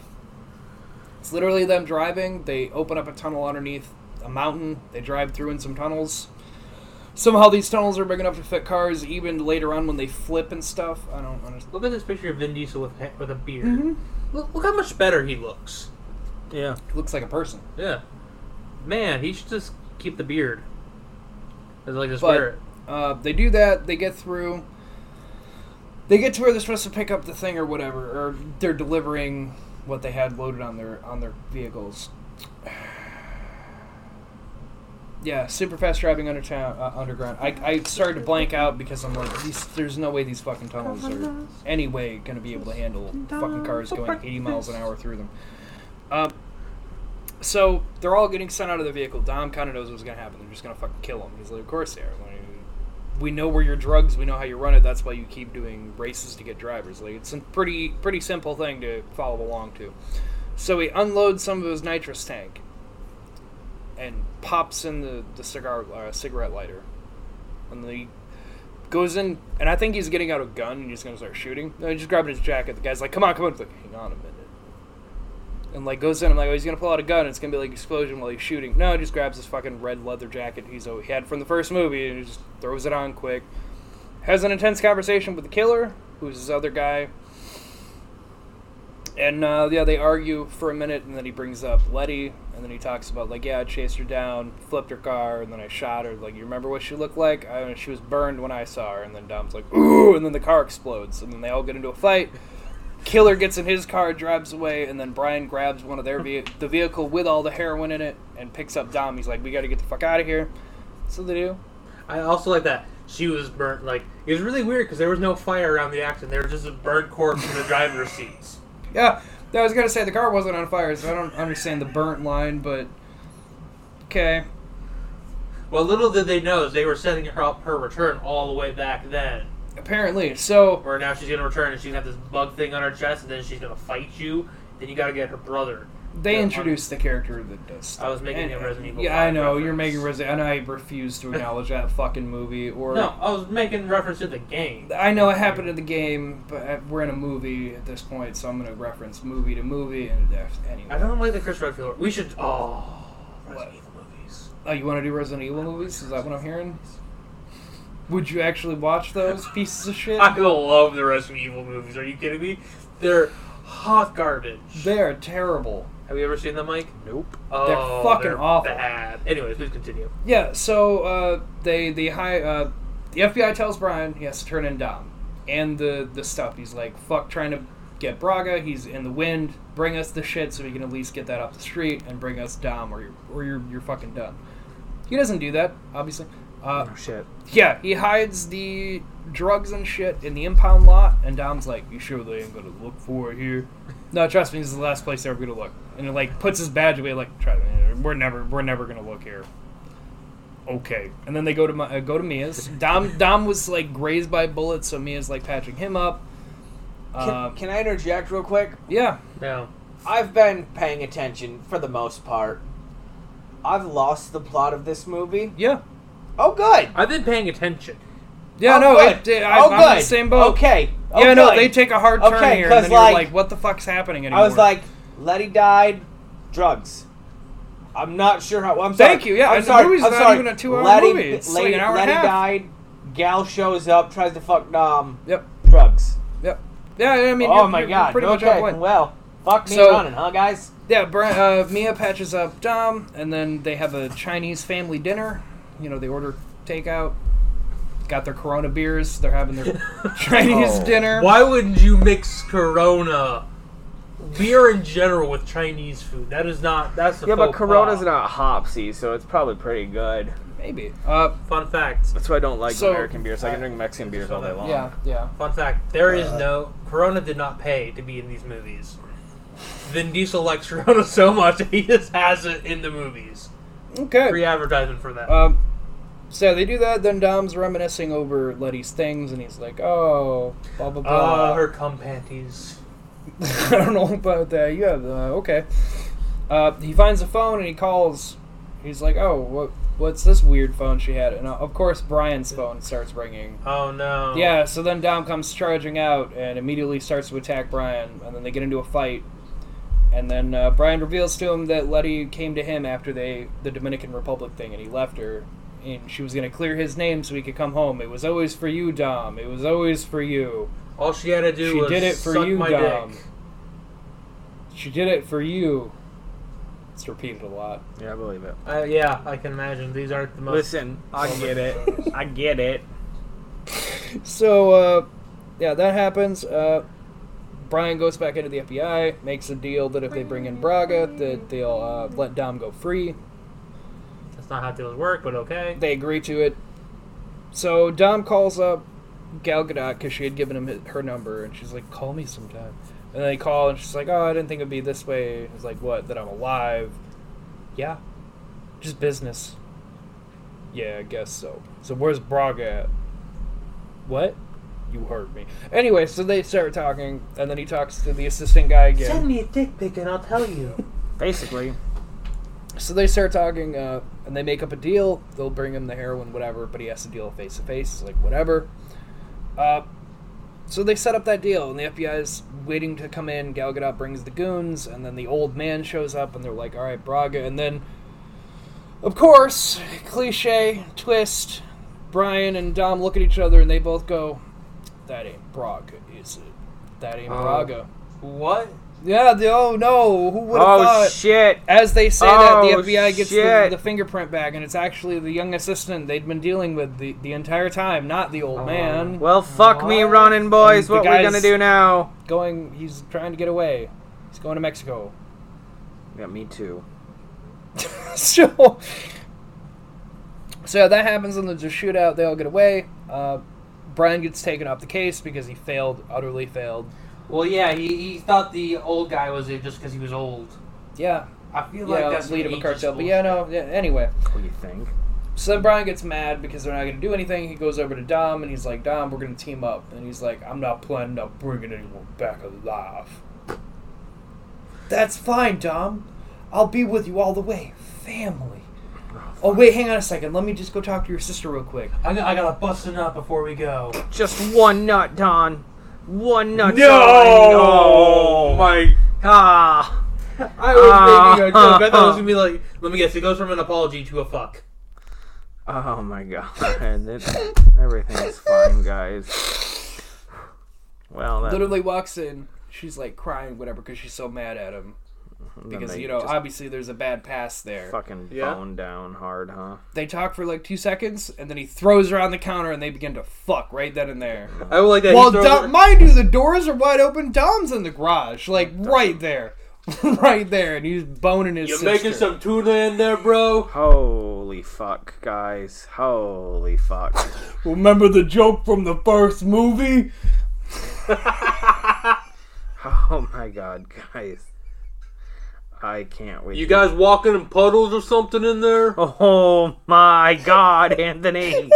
[SPEAKER 4] It's literally them driving. They open up a tunnel underneath a mountain. They drive through in some tunnels. Somehow these tunnels are big enough to fit cars, even later on when they flip and stuff. I don't understand.
[SPEAKER 2] Look at this picture of Vin Diesel with ha- with a beard.
[SPEAKER 4] Mm-hmm.
[SPEAKER 2] Look, look how much better he looks. Yeah.
[SPEAKER 4] Looks like a person.
[SPEAKER 2] Yeah. Man, he should just keep the beard. It's like just
[SPEAKER 4] But-
[SPEAKER 2] wear it.
[SPEAKER 4] Uh, they do that. They get through. They get to where they're supposed to pick up the thing or whatever, or they're delivering what they had loaded on their on their vehicles. [sighs] Yeah, super fast driving under town, uh, underground. I, I started to blank out because I'm like, these, there's no way these fucking tunnels are any way going to be able to handle fucking cars going 80 miles an hour through them. Um, so they're all getting sent out of the vehicle. Dom kind of knows what's going to happen. They're just going to fucking kill him. He's like, of course they are. Like, We know where your drugs. We know how you run it. That's why you keep doing races to get drivers. Like it's a pretty pretty simple thing to follow along to. So he unloads some of his nitrous tank and pops in the the cigar uh, cigarette lighter, and then he goes in. And I think he's getting out a gun and he's gonna start shooting. No, he's just grabbing his jacket. The guy's like, "Come on, come on!" He's like, "Hang on a minute." And like goes in, I'm like, oh, he's gonna pull out a gun. It's gonna be like explosion while he's shooting. No, he just grabs his fucking red leather jacket he's he had from the first movie and he just throws it on quick. Has an intense conversation with the killer, who's this other guy. And uh, yeah, they argue for a minute, and then he brings up Letty, and then he talks about like, yeah, I chased her down, flipped her car, and then I shot her. Like, you remember what she looked like? I, she was burned when I saw her. And then Dom's like, ooh, and then the car explodes, and then they all get into a fight. Killer gets in his car, drives away, and then Brian grabs one of their ve- the vehicle with all the heroin in it and picks up Dom. He's like, "We got to get the fuck out of here." So they do.
[SPEAKER 2] I also like that she was burnt. Like it was really weird because there was no fire around the accident. There was just a burnt corpse in the driver's seats.
[SPEAKER 4] Yeah, I was gonna say the car wasn't on fire, so I don't understand the burnt line, but okay.
[SPEAKER 2] Well, little did they know is they were setting her up her return all the way back then.
[SPEAKER 4] Apparently, so
[SPEAKER 2] Where now she's gonna return and she's gonna have this bug thing on her chest, and then she's gonna fight you. Then you gotta get her brother.
[SPEAKER 4] they
[SPEAKER 2] Yeah,
[SPEAKER 4] introduced the character that does.
[SPEAKER 2] I was making
[SPEAKER 4] And-
[SPEAKER 2] a Resident Evil.
[SPEAKER 4] Yeah, I
[SPEAKER 2] 5
[SPEAKER 4] know you're
[SPEAKER 2] reference.
[SPEAKER 4] making Resident, and I refuse
[SPEAKER 2] [laughs]
[SPEAKER 4] to acknowledge that fucking movie. Or
[SPEAKER 2] No, I was making reference to the game.
[SPEAKER 4] I know it happened in the game, but I- we're in a movie at this point, so I'm gonna reference movie to movie. And that's- anyway,
[SPEAKER 2] I don't like the Chris Redfield. We should. Oh, Resident
[SPEAKER 4] What?
[SPEAKER 2] Evil movies.
[SPEAKER 4] oh, you want to do Resident Evil movies? Is that what I'm hearing? Would you actually watch those pieces of shit?
[SPEAKER 2] I love the Resident Evil movies. Are you kidding me? They're hot garbage.
[SPEAKER 4] They are terrible.
[SPEAKER 2] Have you ever seen them, Mike?
[SPEAKER 4] Nope.
[SPEAKER 2] Oh,
[SPEAKER 4] fucking awful.
[SPEAKER 2] Bad. Anyways, please continue.
[SPEAKER 4] Yeah, so uh, they the high uh, the FBI tells Brian he has to turn in Dom and the the stuff. He's like, "Fuck, trying to get Braga. He's in the wind. Bring us the shit so we can at least get that off the street and bring us Dom, or you're or you're you're fucking done." He doesn't do that, obviously. Uh,
[SPEAKER 5] Shit.
[SPEAKER 4] yeah, he hides the drugs and shit in the impound lot, and Dom's like, "You sure they ain't gonna look for it here?" No, trust me, this is the last place they're ever gonna look. And he like puts his badge away, like, "Try, we're never, we're never gonna look here." Okay, and then they go to my, uh, go to Mia's. Dom Dom was like grazed by bullets, so Mia's like patching him up.
[SPEAKER 3] Can,
[SPEAKER 4] Uh,
[SPEAKER 3] can I interject real quick?
[SPEAKER 4] yeah,
[SPEAKER 2] No.
[SPEAKER 3] I've been paying attention for the most part. I've lost the plot of this movie.
[SPEAKER 4] yeah,
[SPEAKER 3] Oh, good.
[SPEAKER 2] I've been paying attention.
[SPEAKER 4] yeah.
[SPEAKER 3] oh,
[SPEAKER 4] no,
[SPEAKER 3] good.
[SPEAKER 4] I, I,
[SPEAKER 3] oh,
[SPEAKER 4] I'm
[SPEAKER 3] good.
[SPEAKER 4] in the same boat.
[SPEAKER 3] Okay.
[SPEAKER 4] Yeah,
[SPEAKER 3] oh,
[SPEAKER 4] no,
[SPEAKER 3] good.
[SPEAKER 4] they take a hard turn
[SPEAKER 3] Okay,
[SPEAKER 4] here,
[SPEAKER 3] 'cause,
[SPEAKER 4] and then you're
[SPEAKER 3] like,
[SPEAKER 4] like, "What the fuck's happening anymore?"
[SPEAKER 3] I was like, Letty died, drugs. I'm not sure how. I'm sorry.
[SPEAKER 4] Thank you, yeah,
[SPEAKER 3] I'm
[SPEAKER 4] and the
[SPEAKER 3] sorry.
[SPEAKER 4] movie's
[SPEAKER 3] I'm
[SPEAKER 4] not
[SPEAKER 3] sorry.
[SPEAKER 4] even a two-hour
[SPEAKER 3] Letty,
[SPEAKER 4] movie, it's like
[SPEAKER 3] Letty,
[SPEAKER 4] an hour and
[SPEAKER 3] Letty
[SPEAKER 4] a half.
[SPEAKER 3] died. Gal shows up, tries to fuck Dom.
[SPEAKER 4] "Yep,
[SPEAKER 3] Drugs.
[SPEAKER 4] yep, yeah." I mean,
[SPEAKER 3] oh
[SPEAKER 4] you're-
[SPEAKER 3] my
[SPEAKER 4] you're- you're
[SPEAKER 3] god.
[SPEAKER 4] pretty much on
[SPEAKER 3] okay.
[SPEAKER 4] point.
[SPEAKER 3] well, fuck me
[SPEAKER 4] So-
[SPEAKER 3] running, huh, guys?
[SPEAKER 4] Yeah, Bri- uh, Mia patches up Dom, and then they have a Chinese family dinner. You know, they order takeout. Got their Corona beers. They're having their Chinese
[SPEAKER 6] Oh.
[SPEAKER 4] dinner.
[SPEAKER 2] Why wouldn't you mix Corona, beer in general, with Chinese food? That is not. That's a
[SPEAKER 5] Yeah, but
[SPEAKER 2] faux
[SPEAKER 5] Corona's
[SPEAKER 2] pas.
[SPEAKER 5] not hopsy, so it's probably pretty good.
[SPEAKER 4] Maybe. Uh,
[SPEAKER 2] Fun fact.
[SPEAKER 5] That's why I don't like
[SPEAKER 4] So-
[SPEAKER 5] American beers. I can drink Mexican beers all day long.
[SPEAKER 4] yeah, yeah.
[SPEAKER 2] Fun fact. There
[SPEAKER 4] Uh,
[SPEAKER 2] is no Corona. Did not pay to be in these movies. Vin Diesel likes Corona so much [laughs] he just has it in the movies. Free
[SPEAKER 4] Okay.
[SPEAKER 2] advertisement for that.
[SPEAKER 4] Um, so yeah, they do that. Then Dom's reminiscing over Letty's things, and he's like, "Oh, blah blah
[SPEAKER 2] Oh,
[SPEAKER 4] blah."
[SPEAKER 2] her cum panties.
[SPEAKER 4] [laughs] I don't know about that. You have uh, okay. Uh, he finds a phone and he calls. He's like, "Oh, what? What's this weird phone she had?" And uh, of course, Brian's phone starts ringing.
[SPEAKER 2] Oh no.
[SPEAKER 4] Yeah, so then Dom comes charging out and immediately starts to attack Brian, and then they get into a fight. And then uh, Brian reveals to him that Letty came to him after they the Dominican Republic thing, and he left her, and she was gonna clear his name so he could come home. It was always for you, Dom. It was always for you.
[SPEAKER 2] All she had to do
[SPEAKER 4] she
[SPEAKER 2] was
[SPEAKER 4] did it for
[SPEAKER 2] suck
[SPEAKER 4] you,
[SPEAKER 2] my
[SPEAKER 4] Dom.
[SPEAKER 2] dick.
[SPEAKER 4] She did it for you. It's repeated a lot.
[SPEAKER 5] Yeah, I believe it.
[SPEAKER 2] Uh, yeah, I can imagine. These aren't the most.
[SPEAKER 5] Listen, I get it. I get it.
[SPEAKER 4] So, uh, yeah, that happens. Uh, Brian goes back into the FBI, makes a deal that if they bring in Braga, that they'll uh, let Dom go free.
[SPEAKER 2] That's not how deals work, but okay.
[SPEAKER 4] They agree to it. So Dom calls up Gal Gadot because she had given him his, her number, and she's like, "Call me sometime." And they call, and she's like, "Oh, I didn't think it'd be this way." He's like, "What? That I'm alive?" Yeah, just business. Yeah, I guess so. So where's Braga at? What? You heard me. Anyway, so they start talking, and then he talks to the assistant guy again.
[SPEAKER 2] me a dick pic and I'll tell you.
[SPEAKER 5] Basically,
[SPEAKER 4] So they start talking, uh, and they make up a deal. They'll bring him the heroin, whatever, but he has to deal face to face. It's like, whatever. Uh, so they set up that deal, and the FBI is waiting to come in. Gal Gadot brings the goons, and then the old man shows up, and they're like, all right, Braga. And then, of course, cliche, twist, Brian and Dom look at each other, and they both go, that ain't Braga, is it? That ain't
[SPEAKER 5] Oh.
[SPEAKER 4] Braga.
[SPEAKER 2] What?
[SPEAKER 4] Yeah, the, oh no, who would have
[SPEAKER 5] oh
[SPEAKER 4] thought?
[SPEAKER 5] shit!
[SPEAKER 4] As they say
[SPEAKER 5] Oh,
[SPEAKER 4] that, the FBI gets the,
[SPEAKER 5] shit.
[SPEAKER 4] the fingerprint back, and it's actually the young assistant they'd been dealing with the, the entire time, not the old man.
[SPEAKER 5] Oh, Well, fuck me,
[SPEAKER 2] What?
[SPEAKER 5] running boys.
[SPEAKER 4] Um, the
[SPEAKER 5] what we
[SPEAKER 4] guys-
[SPEAKER 5] gonna do now?
[SPEAKER 4] going. He's trying to get away. He's going to Mexico. [laughs]
[SPEAKER 3] Yeah, me too.
[SPEAKER 4] so, so yeah, that happens in the shootout. They all get away. Uh, Brian gets taken off the case because he failed, utterly failed.
[SPEAKER 2] Well, yeah, he, he thought the old guy was it just because he was old.
[SPEAKER 4] Yeah,
[SPEAKER 2] I feel
[SPEAKER 4] yeah,
[SPEAKER 2] like that's
[SPEAKER 4] lead
[SPEAKER 2] what
[SPEAKER 4] of a
[SPEAKER 2] ageist
[SPEAKER 4] cartel. But
[SPEAKER 2] bullshit.
[SPEAKER 4] yeah, no. Yeah, anyway,
[SPEAKER 3] What do you think?
[SPEAKER 4] so then Brian gets mad because they're not going to do anything. He goes over to Dom and he's like, "Dom, we're going to team up." And he's like, "I'm not planning on bringing anyone back alive." That's fine, Dom. I'll be with you all the way, family. Oh wait, hang on a second. Let me just go talk to your sister real quick.
[SPEAKER 2] I, got, I gotta bust a nut before we go.
[SPEAKER 3] Just one nut, Don. One nut.
[SPEAKER 7] No!
[SPEAKER 3] my. Ah.
[SPEAKER 2] I was
[SPEAKER 3] Ah,
[SPEAKER 2] making a joke.
[SPEAKER 3] ah,
[SPEAKER 2] Oh, I thought it was
[SPEAKER 3] ah.
[SPEAKER 2] gonna be like, let me guess, it goes from an apology to a fuck.
[SPEAKER 3] Oh my god. [laughs] And it, everything's fine, guys. Well, that,
[SPEAKER 4] Literally walks in. She's like crying, whatever, because she's so mad at him.
[SPEAKER 3] then
[SPEAKER 4] Because
[SPEAKER 3] they
[SPEAKER 4] you know,
[SPEAKER 3] just
[SPEAKER 4] obviously there's a bad pass there.
[SPEAKER 3] fucking
[SPEAKER 2] Yeah.
[SPEAKER 3] bone down hard, huh?
[SPEAKER 4] They talk for like two seconds, and then he throws her on the counter, and they begin to fuck right then and there.
[SPEAKER 2] I would like that.
[SPEAKER 4] Well,
[SPEAKER 2] He's
[SPEAKER 4] Dom,
[SPEAKER 2] throwing-
[SPEAKER 4] mind you, the doors are wide open. Dom's in the garage, like right there, [laughs] right there, and he's boning his.
[SPEAKER 2] you
[SPEAKER 4] sister.
[SPEAKER 2] making some tuna in there, bro?
[SPEAKER 3] Holy fuck, guys! Holy fuck!
[SPEAKER 4] Remember the joke from the first [laughs] movie?
[SPEAKER 3] Oh my god, guys! I can't wait.
[SPEAKER 2] You guys walking in puddles or something in there?
[SPEAKER 3] Oh my god, Anthony!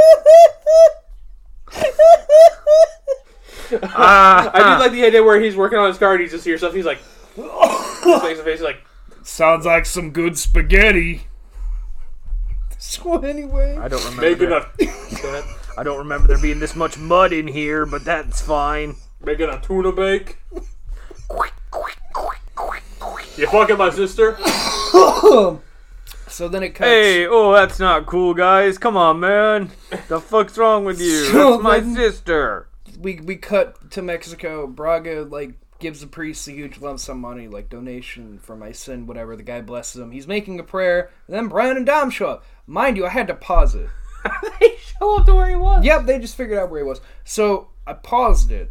[SPEAKER 3] Ah,
[SPEAKER 2] I did like the idea where he's working on his car and he just hears stuff. [laughs] He's like, just makes a face like,
[SPEAKER 4] Sounds like some good spaghetti. [laughs] So anyway,
[SPEAKER 3] I don't remember.
[SPEAKER 2] making
[SPEAKER 3] There,
[SPEAKER 2] a,
[SPEAKER 3] I don't remember there being this much mud in here, but that's fine.
[SPEAKER 2] making a tuna bake. You fucking my sister?
[SPEAKER 4] so then it cuts.
[SPEAKER 3] Hey, oh, that's not cool, guys. Come on, man. The fuck's wrong
[SPEAKER 4] [laughs]
[SPEAKER 3] with you?
[SPEAKER 4] So
[SPEAKER 3] That's my
[SPEAKER 4] then-
[SPEAKER 3] sister.
[SPEAKER 4] we we cut to Mexico. Braga like gives the priest a huge lump sum of money, like donation for my sin, whatever. The guy blesses him. He's making a prayer. And then Brian and Dom show up. Mind you, I had to pause it.
[SPEAKER 2] they show up to where he was.
[SPEAKER 4] Yep, they just figured out where he was. So I paused it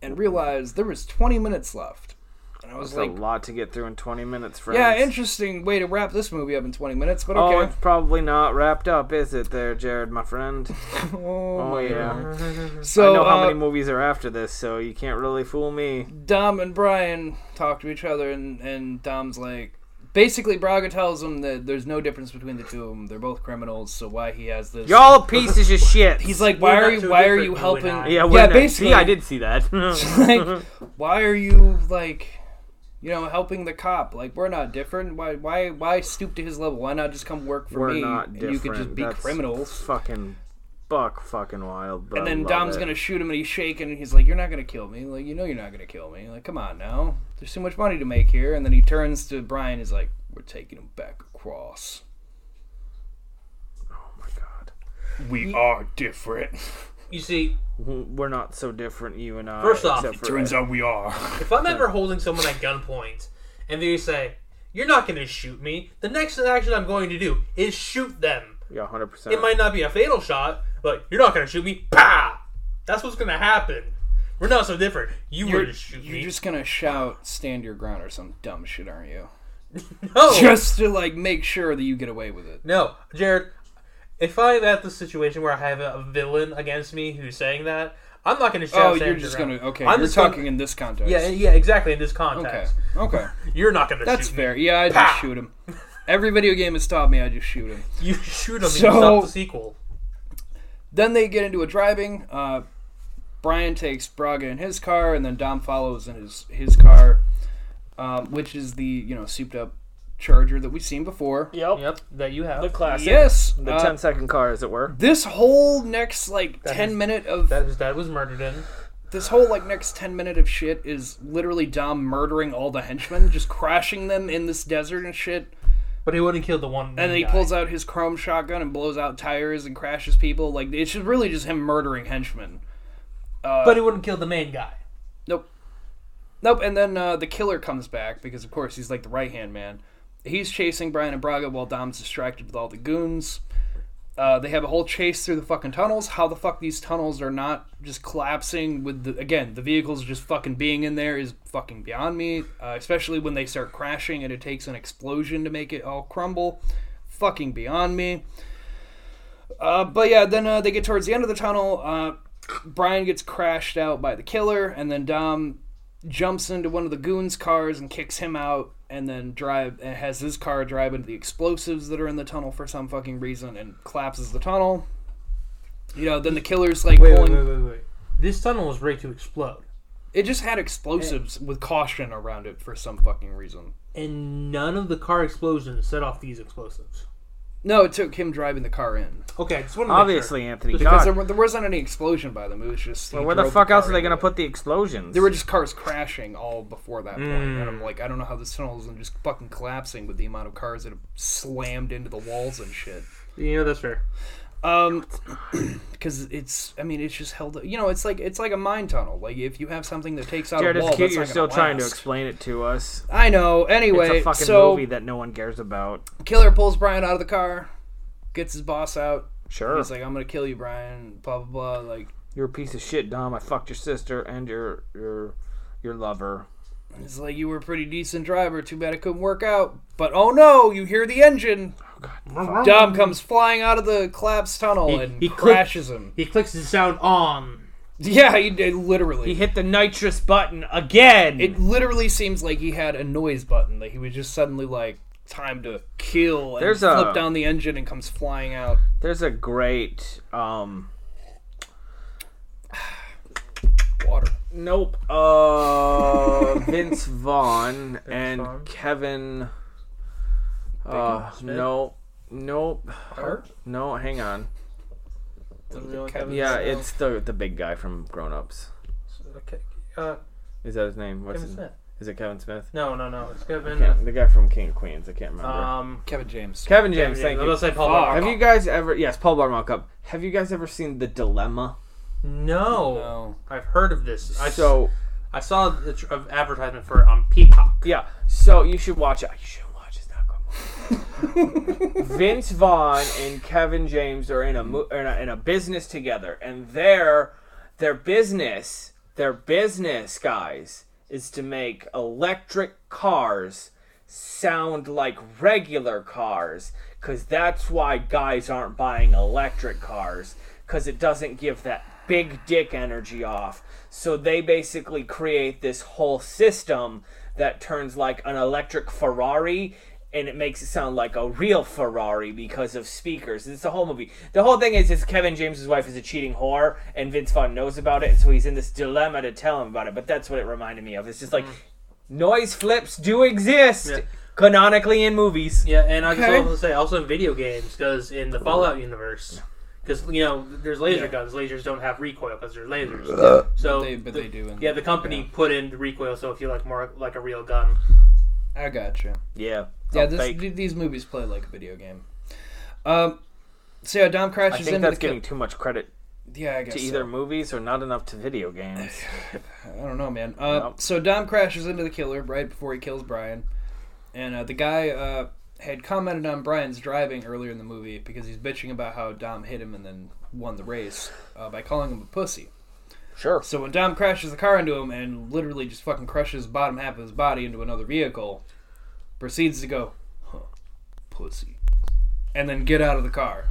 [SPEAKER 4] and realized there was 20 minutes left. And I was
[SPEAKER 3] It's
[SPEAKER 4] like,
[SPEAKER 3] a lot to get through in 20 minutes, friends.
[SPEAKER 4] yeah, interesting way to wrap this movie up in 20 minutes, but
[SPEAKER 3] Oh,
[SPEAKER 4] okay.
[SPEAKER 3] it's probably not wrapped up, is it, there, Jared, my friend?
[SPEAKER 4] [laughs] Oh,
[SPEAKER 3] Oh,
[SPEAKER 4] my
[SPEAKER 3] yeah.
[SPEAKER 4] God. So
[SPEAKER 3] I know how
[SPEAKER 4] uh,
[SPEAKER 3] many movies are after this, so you can't really fool me.
[SPEAKER 4] Dom and Brian talk to each other, and, and Dom's like, basically, Braga tells him that there's no difference between the two of them. They're both criminals, so why he has this.
[SPEAKER 3] Y'all
[SPEAKER 4] [laughs]
[SPEAKER 3] pieces of shit.
[SPEAKER 4] He's like,
[SPEAKER 2] We're
[SPEAKER 4] why are
[SPEAKER 2] not
[SPEAKER 4] you?
[SPEAKER 2] so
[SPEAKER 4] Why are
[SPEAKER 2] different,
[SPEAKER 4] you
[SPEAKER 2] you
[SPEAKER 4] helping?
[SPEAKER 2] and I.
[SPEAKER 3] yeah, we're
[SPEAKER 4] yeah,
[SPEAKER 3] not-
[SPEAKER 4] basically.
[SPEAKER 3] See, I did see that.
[SPEAKER 4] [laughs]
[SPEAKER 3] [laughs]
[SPEAKER 4] like, why are you like, you know, helping the cop? Like, we're not different. Why? Why? Why stoop to his level? Why not just come work for
[SPEAKER 3] we're
[SPEAKER 4] me?
[SPEAKER 3] not
[SPEAKER 4] and
[SPEAKER 3] different.
[SPEAKER 4] you could just be
[SPEAKER 3] That's
[SPEAKER 4] criminals.
[SPEAKER 3] Fucking, buck, fucking wild. But
[SPEAKER 4] And
[SPEAKER 3] I
[SPEAKER 4] then
[SPEAKER 3] love
[SPEAKER 4] Dom's
[SPEAKER 3] it.
[SPEAKER 4] gonna shoot him, and he's shaking, and he's like, "You're not gonna kill me. Like, you know, you're not gonna kill me. Like, come on now. There's too much money to make here." And then he turns to Brian. He's like, "We're taking him back across.
[SPEAKER 3] Oh my god.
[SPEAKER 8] We are different.
[SPEAKER 2] You see,
[SPEAKER 3] W- We're not so different, you and I.
[SPEAKER 2] First off,
[SPEAKER 3] except for-
[SPEAKER 8] Turns out we
[SPEAKER 4] [laughs]
[SPEAKER 8] are.
[SPEAKER 2] if I'm ever holding someone at gunpoint and they say, you're not gonna shoot me, the next action I'm going to do is shoot them.
[SPEAKER 3] yeah, hundred percent.
[SPEAKER 2] It might not be a fatal shot, but you're not gonna shoot me. Pa! That's what's gonna happen. We're not so different. You were to shoot
[SPEAKER 4] You're
[SPEAKER 2] me.
[SPEAKER 4] just gonna shout, stand your ground, or some dumb shit, aren't you?
[SPEAKER 8] Oh.
[SPEAKER 2] no,
[SPEAKER 4] Just to like make sure that you get away with it."
[SPEAKER 2] no, Jared. If I'm at the situation where I have a villain against me who's saying that, I'm not gonna shout.
[SPEAKER 4] Oh,
[SPEAKER 2] Sam
[SPEAKER 4] you're just
[SPEAKER 2] Jerome.
[SPEAKER 4] gonna okay.
[SPEAKER 2] I'm
[SPEAKER 4] you're
[SPEAKER 2] just gonna-
[SPEAKER 4] talking in this context.
[SPEAKER 2] Yeah, yeah, exactly. In this
[SPEAKER 4] Okay.
[SPEAKER 2] context, [laughs]
[SPEAKER 4] Okay.
[SPEAKER 2] you're not gonna.
[SPEAKER 4] That's
[SPEAKER 2] shoot
[SPEAKER 4] fair. Yeah, I just
[SPEAKER 2] Pow!
[SPEAKER 4] shoot him. Every video game has taught me I just shoot him.
[SPEAKER 2] Me. [laughs] You shoot him. and
[SPEAKER 4] So-
[SPEAKER 2] stop the sequel.
[SPEAKER 4] Then they get into a driving. Uh, Brian takes Braga in his car, and then Dom follows in his his car, um, which is the you know souped up Charger that we've seen before.
[SPEAKER 3] Yep.
[SPEAKER 2] Yep, that you have.
[SPEAKER 3] Classic.
[SPEAKER 4] Yes.
[SPEAKER 3] The
[SPEAKER 4] uh,
[SPEAKER 3] 10 second car, as it were.
[SPEAKER 4] this whole next like ten
[SPEAKER 2] is-
[SPEAKER 4] minute of
[SPEAKER 2] That his dad was murdered in.
[SPEAKER 4] this whole like next 10 minute of shit is literally Dom murdering all the henchmen, just crashing them in this desert and shit.
[SPEAKER 2] But he wouldn't kill the one.
[SPEAKER 4] And then he pulls out his chrome shotgun and blows out tires and crashes people. Like it's just really just him murdering henchmen.
[SPEAKER 2] But he wouldn't kill the main guy.
[SPEAKER 4] Nope. Nope. And then uh, the killer comes back because, of course, he's like the right hand man. He's chasing Brian and Braga while Dom's distracted with all the goons. Uh, they have a whole chase through the fucking tunnels. How the fuck these tunnels are not just collapsing with the again the vehicles just fucking being in there is fucking beyond me. Uh, especially when they start crashing and it takes an explosion to make it all crumble, fucking beyond me. Uh, but yeah, then uh, they get towards the end of the tunnel. Uh, Brian gets crashed out by the killer, and then Dom jumps into one of the goons' cars and kicks him out, and then drive and has his car drive into the explosives that are in the tunnel for some fucking reason, and collapses the tunnel. You know, then the killer's like
[SPEAKER 2] Wait, wait,
[SPEAKER 4] pulling.
[SPEAKER 2] wait, wait, wait. This tunnel was ready to explode,
[SPEAKER 4] It just had explosives with caution around it for some fucking reason.
[SPEAKER 2] and none of the car explosions set off these explosives.
[SPEAKER 4] No, it took him driving the car in
[SPEAKER 2] Okay, I just wanted to make
[SPEAKER 3] Obviously, Anthony.
[SPEAKER 4] because
[SPEAKER 3] God.
[SPEAKER 4] there, were- there wasn't any explosion by them. It was just he
[SPEAKER 3] Well, where the
[SPEAKER 4] drove
[SPEAKER 3] fuck else
[SPEAKER 4] car
[SPEAKER 3] are they
[SPEAKER 4] into
[SPEAKER 3] gonna
[SPEAKER 4] it.
[SPEAKER 3] put the explosions?
[SPEAKER 4] There were just cars crashing all before that point, and
[SPEAKER 3] Mm.
[SPEAKER 4] I'm like, I don't know how this tunnel isn't just fucking collapsing with the amount of cars that have slammed into the walls and shit.
[SPEAKER 2] sure. You know that's fair.
[SPEAKER 4] Um, because it's, I mean, it's just held. You know, it's like it's like a mine tunnel. Like if you have something that takes out
[SPEAKER 3] Jared,
[SPEAKER 4] a wall,
[SPEAKER 3] it's cute
[SPEAKER 4] that's
[SPEAKER 3] you're
[SPEAKER 4] not
[SPEAKER 3] still
[SPEAKER 4] gonna
[SPEAKER 3] trying to
[SPEAKER 4] last.
[SPEAKER 3] explain it to us.
[SPEAKER 4] I know. Anyway,
[SPEAKER 3] it's a fucking
[SPEAKER 4] so
[SPEAKER 3] movie that no one cares about.
[SPEAKER 4] killer pulls Brian out of the car, gets his boss out.
[SPEAKER 3] Sure.
[SPEAKER 4] He's like, I'm gonna kill you, Brian. Blah blah blah. Like
[SPEAKER 3] you're a piece of shit, Dom. I fucked your sister and your your your lover.
[SPEAKER 4] it's like you were a pretty decent driver. Too bad it couldn't work out. But oh no, you hear the engine. Dom comes flying out of the collapsed tunnel
[SPEAKER 2] He-
[SPEAKER 4] and
[SPEAKER 2] he click-
[SPEAKER 4] crashes him. [laughs]
[SPEAKER 2] He clicks the sound on.
[SPEAKER 4] Yeah, he did literally.
[SPEAKER 3] He hit the nitrous button again.
[SPEAKER 4] it literally seems like he had a noise button that he was just suddenly like time to kill and
[SPEAKER 3] There's a-
[SPEAKER 4] flip down the engine and comes flying out.
[SPEAKER 3] There's a great um
[SPEAKER 4] Water.
[SPEAKER 3] nope. [laughs] Uh Vince Vaughn and
[SPEAKER 2] Vaughn?
[SPEAKER 3] Kevin uh no nope no hang on. Yeah, it's the the big guy from Grown Ups.
[SPEAKER 2] Okay. Uh,
[SPEAKER 3] Is that his name? What's
[SPEAKER 2] Kevin
[SPEAKER 3] his
[SPEAKER 2] Smith.
[SPEAKER 3] Is it Kevin Smith?
[SPEAKER 2] No, no, no. It's Kevin.
[SPEAKER 3] Can't- the guy from King of Queens. I can't remember.
[SPEAKER 2] Um,
[SPEAKER 4] Kevin James.
[SPEAKER 3] Kevin James.
[SPEAKER 2] yeah,
[SPEAKER 3] thank
[SPEAKER 2] I
[SPEAKER 3] you.
[SPEAKER 2] was gonna say Paul
[SPEAKER 4] Fuck.
[SPEAKER 2] Blart.
[SPEAKER 3] Have you guys ever? Yes, Paul Blart Mall Cop. Have you guys ever seen The Dilemma?
[SPEAKER 2] No.
[SPEAKER 4] No.
[SPEAKER 2] I've heard of this. I,
[SPEAKER 3] so
[SPEAKER 2] I saw the tr- of advertisement for it on Peacock.
[SPEAKER 3] yeah, so you should watch it. You should watch. It's not good. Vince Vaughn and Kevin James are in a, mo- in a in a business together, and their their business their business guys is to make electric cars sound like regular cars because that's why guys aren't buying electric cars because it doesn't give that big dick energy off so they basically create this whole system that turns like an electric ferrari and it makes it sound like a real ferrari because of speakers it's a whole movie the whole thing is is kevin james's wife is a cheating whore and vince vaughn knows about it and so he's in this dilemma to tell him about it but that's what it reminded me of it's just like noise flips do exist
[SPEAKER 2] Yeah.
[SPEAKER 3] canonically in movies.
[SPEAKER 2] Yeah, and I was
[SPEAKER 4] Okay.
[SPEAKER 2] also gonna say also in video games because in the Fallout universe, because you know there's laser guns. Lasers don't have recoil because they're lasers. so
[SPEAKER 4] They, but
[SPEAKER 2] the-
[SPEAKER 4] they do. In,
[SPEAKER 2] Yeah, the company put in recoil, so if you like more like a real gun.
[SPEAKER 4] I gotcha.
[SPEAKER 3] Yeah. Oh,
[SPEAKER 4] Yeah, this, th- these movies play like a video game. Um, so yeah, Dom
[SPEAKER 3] I
[SPEAKER 4] crashes
[SPEAKER 3] think
[SPEAKER 4] into
[SPEAKER 3] that's
[SPEAKER 4] the ki-
[SPEAKER 3] giving too much credit
[SPEAKER 4] yeah, I guess
[SPEAKER 3] to either
[SPEAKER 4] so.
[SPEAKER 3] movies or not enough to video games.
[SPEAKER 4] I don't know, man. Uh,
[SPEAKER 3] Nope.
[SPEAKER 4] So Dom crashes into the killer right before he kills Brian, and uh, the guy uh, had commented on Brian's driving earlier in the movie because he's bitching about how Dom hit him and then won the race uh, by calling him a pussy.
[SPEAKER 3] Sure.
[SPEAKER 4] So when Dom crashes the car into him and literally just fucking crushes the bottom half of his body into another vehicle, proceeds to go, huh, pussy, and then get out of the car.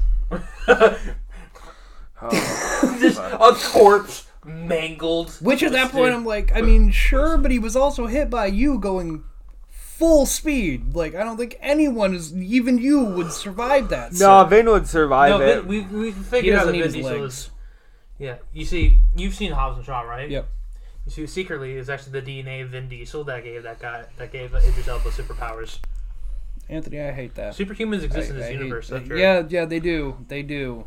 [SPEAKER 2] Just a corpse mangled.
[SPEAKER 4] Which at that point I'm like, I mean, sure, but he was also hit by you going full speed. Like I don't think anyone is, even you, would survive that.
[SPEAKER 3] No,
[SPEAKER 4] sir.
[SPEAKER 3] Vin would survive
[SPEAKER 2] No,
[SPEAKER 3] it.
[SPEAKER 2] Vin, we we
[SPEAKER 4] he
[SPEAKER 2] figured out
[SPEAKER 4] doesn't
[SPEAKER 2] that
[SPEAKER 4] need
[SPEAKER 2] Vin
[SPEAKER 4] his
[SPEAKER 2] Diesel
[SPEAKER 4] legs.
[SPEAKER 2] is. Yeah, you see, you've seen Hobbs and Shaw, right?
[SPEAKER 4] Yep.
[SPEAKER 2] You see, secretly, it's actually the DNA of Vin Diesel that gave that guy that gave Idris Elba superpowers.
[SPEAKER 4] Anthony, I hate that.
[SPEAKER 2] Superhumans
[SPEAKER 4] I-
[SPEAKER 2] exist in
[SPEAKER 4] I
[SPEAKER 2] this
[SPEAKER 4] hate-
[SPEAKER 2] universe.
[SPEAKER 4] they-
[SPEAKER 2] that's right.
[SPEAKER 4] yeah, yeah, they do, they do,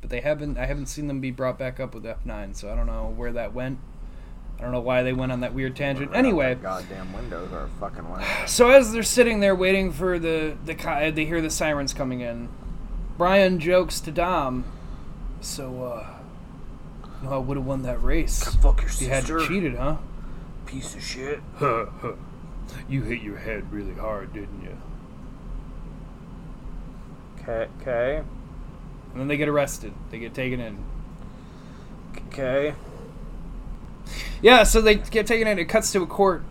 [SPEAKER 4] but they haven't. I haven't seen them be brought back up with F9, so I don't know where that went. I don't know why they went on that weird tangent. Anyway,
[SPEAKER 3] Oh, goddamn windows are fucking windows.
[SPEAKER 4] So as they're sitting there waiting for the the co- they hear the sirens coming in. Brian jokes to Dom, "So, uh, you know, I would have won that race.
[SPEAKER 9] Fuck your
[SPEAKER 4] You had
[SPEAKER 9] sister,
[SPEAKER 4] cheated, huh?"
[SPEAKER 9] piece of shit. Huh, huh. [laughs] You hit your head really hard, didn't you?
[SPEAKER 3] Okay. Okay.
[SPEAKER 4] and then they get arrested. They get taken in.
[SPEAKER 5] Okay.
[SPEAKER 4] Yeah, so they get taken in. It cuts to a court,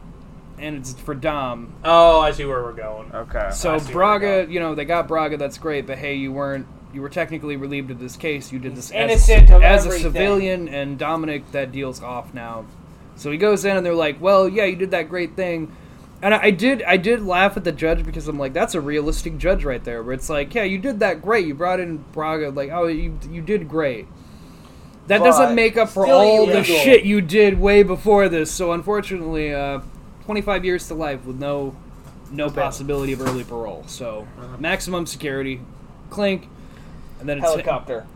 [SPEAKER 4] and it's for Dom.
[SPEAKER 2] Oh, I see where we're going.
[SPEAKER 5] Okay.
[SPEAKER 4] So
[SPEAKER 2] I see where we're
[SPEAKER 4] Braga, you know, they got Braga. That's great, but hey, you weren't. You were technically relieved of this case. You did this as,
[SPEAKER 3] innocent of
[SPEAKER 4] as a
[SPEAKER 3] everything.
[SPEAKER 4] civilian, and Dominic, that deal's off now. So he goes in, and they're like, "Well, yeah, you did that great thing." And I, I did, I did laugh at the judge because I'm like, "That's a realistic judge right there." Where it's like, "Yeah, you did that great. You brought in Braga. Like, oh, you you did great." That
[SPEAKER 3] But
[SPEAKER 4] doesn't make up for
[SPEAKER 3] still
[SPEAKER 4] all
[SPEAKER 3] illegal.
[SPEAKER 4] the shit you did way before this. So unfortunately, uh, 25 years to life with no no possibility of early parole. So
[SPEAKER 5] Uh-huh.
[SPEAKER 4] maximum security, clink, and then it's
[SPEAKER 3] Helicopter.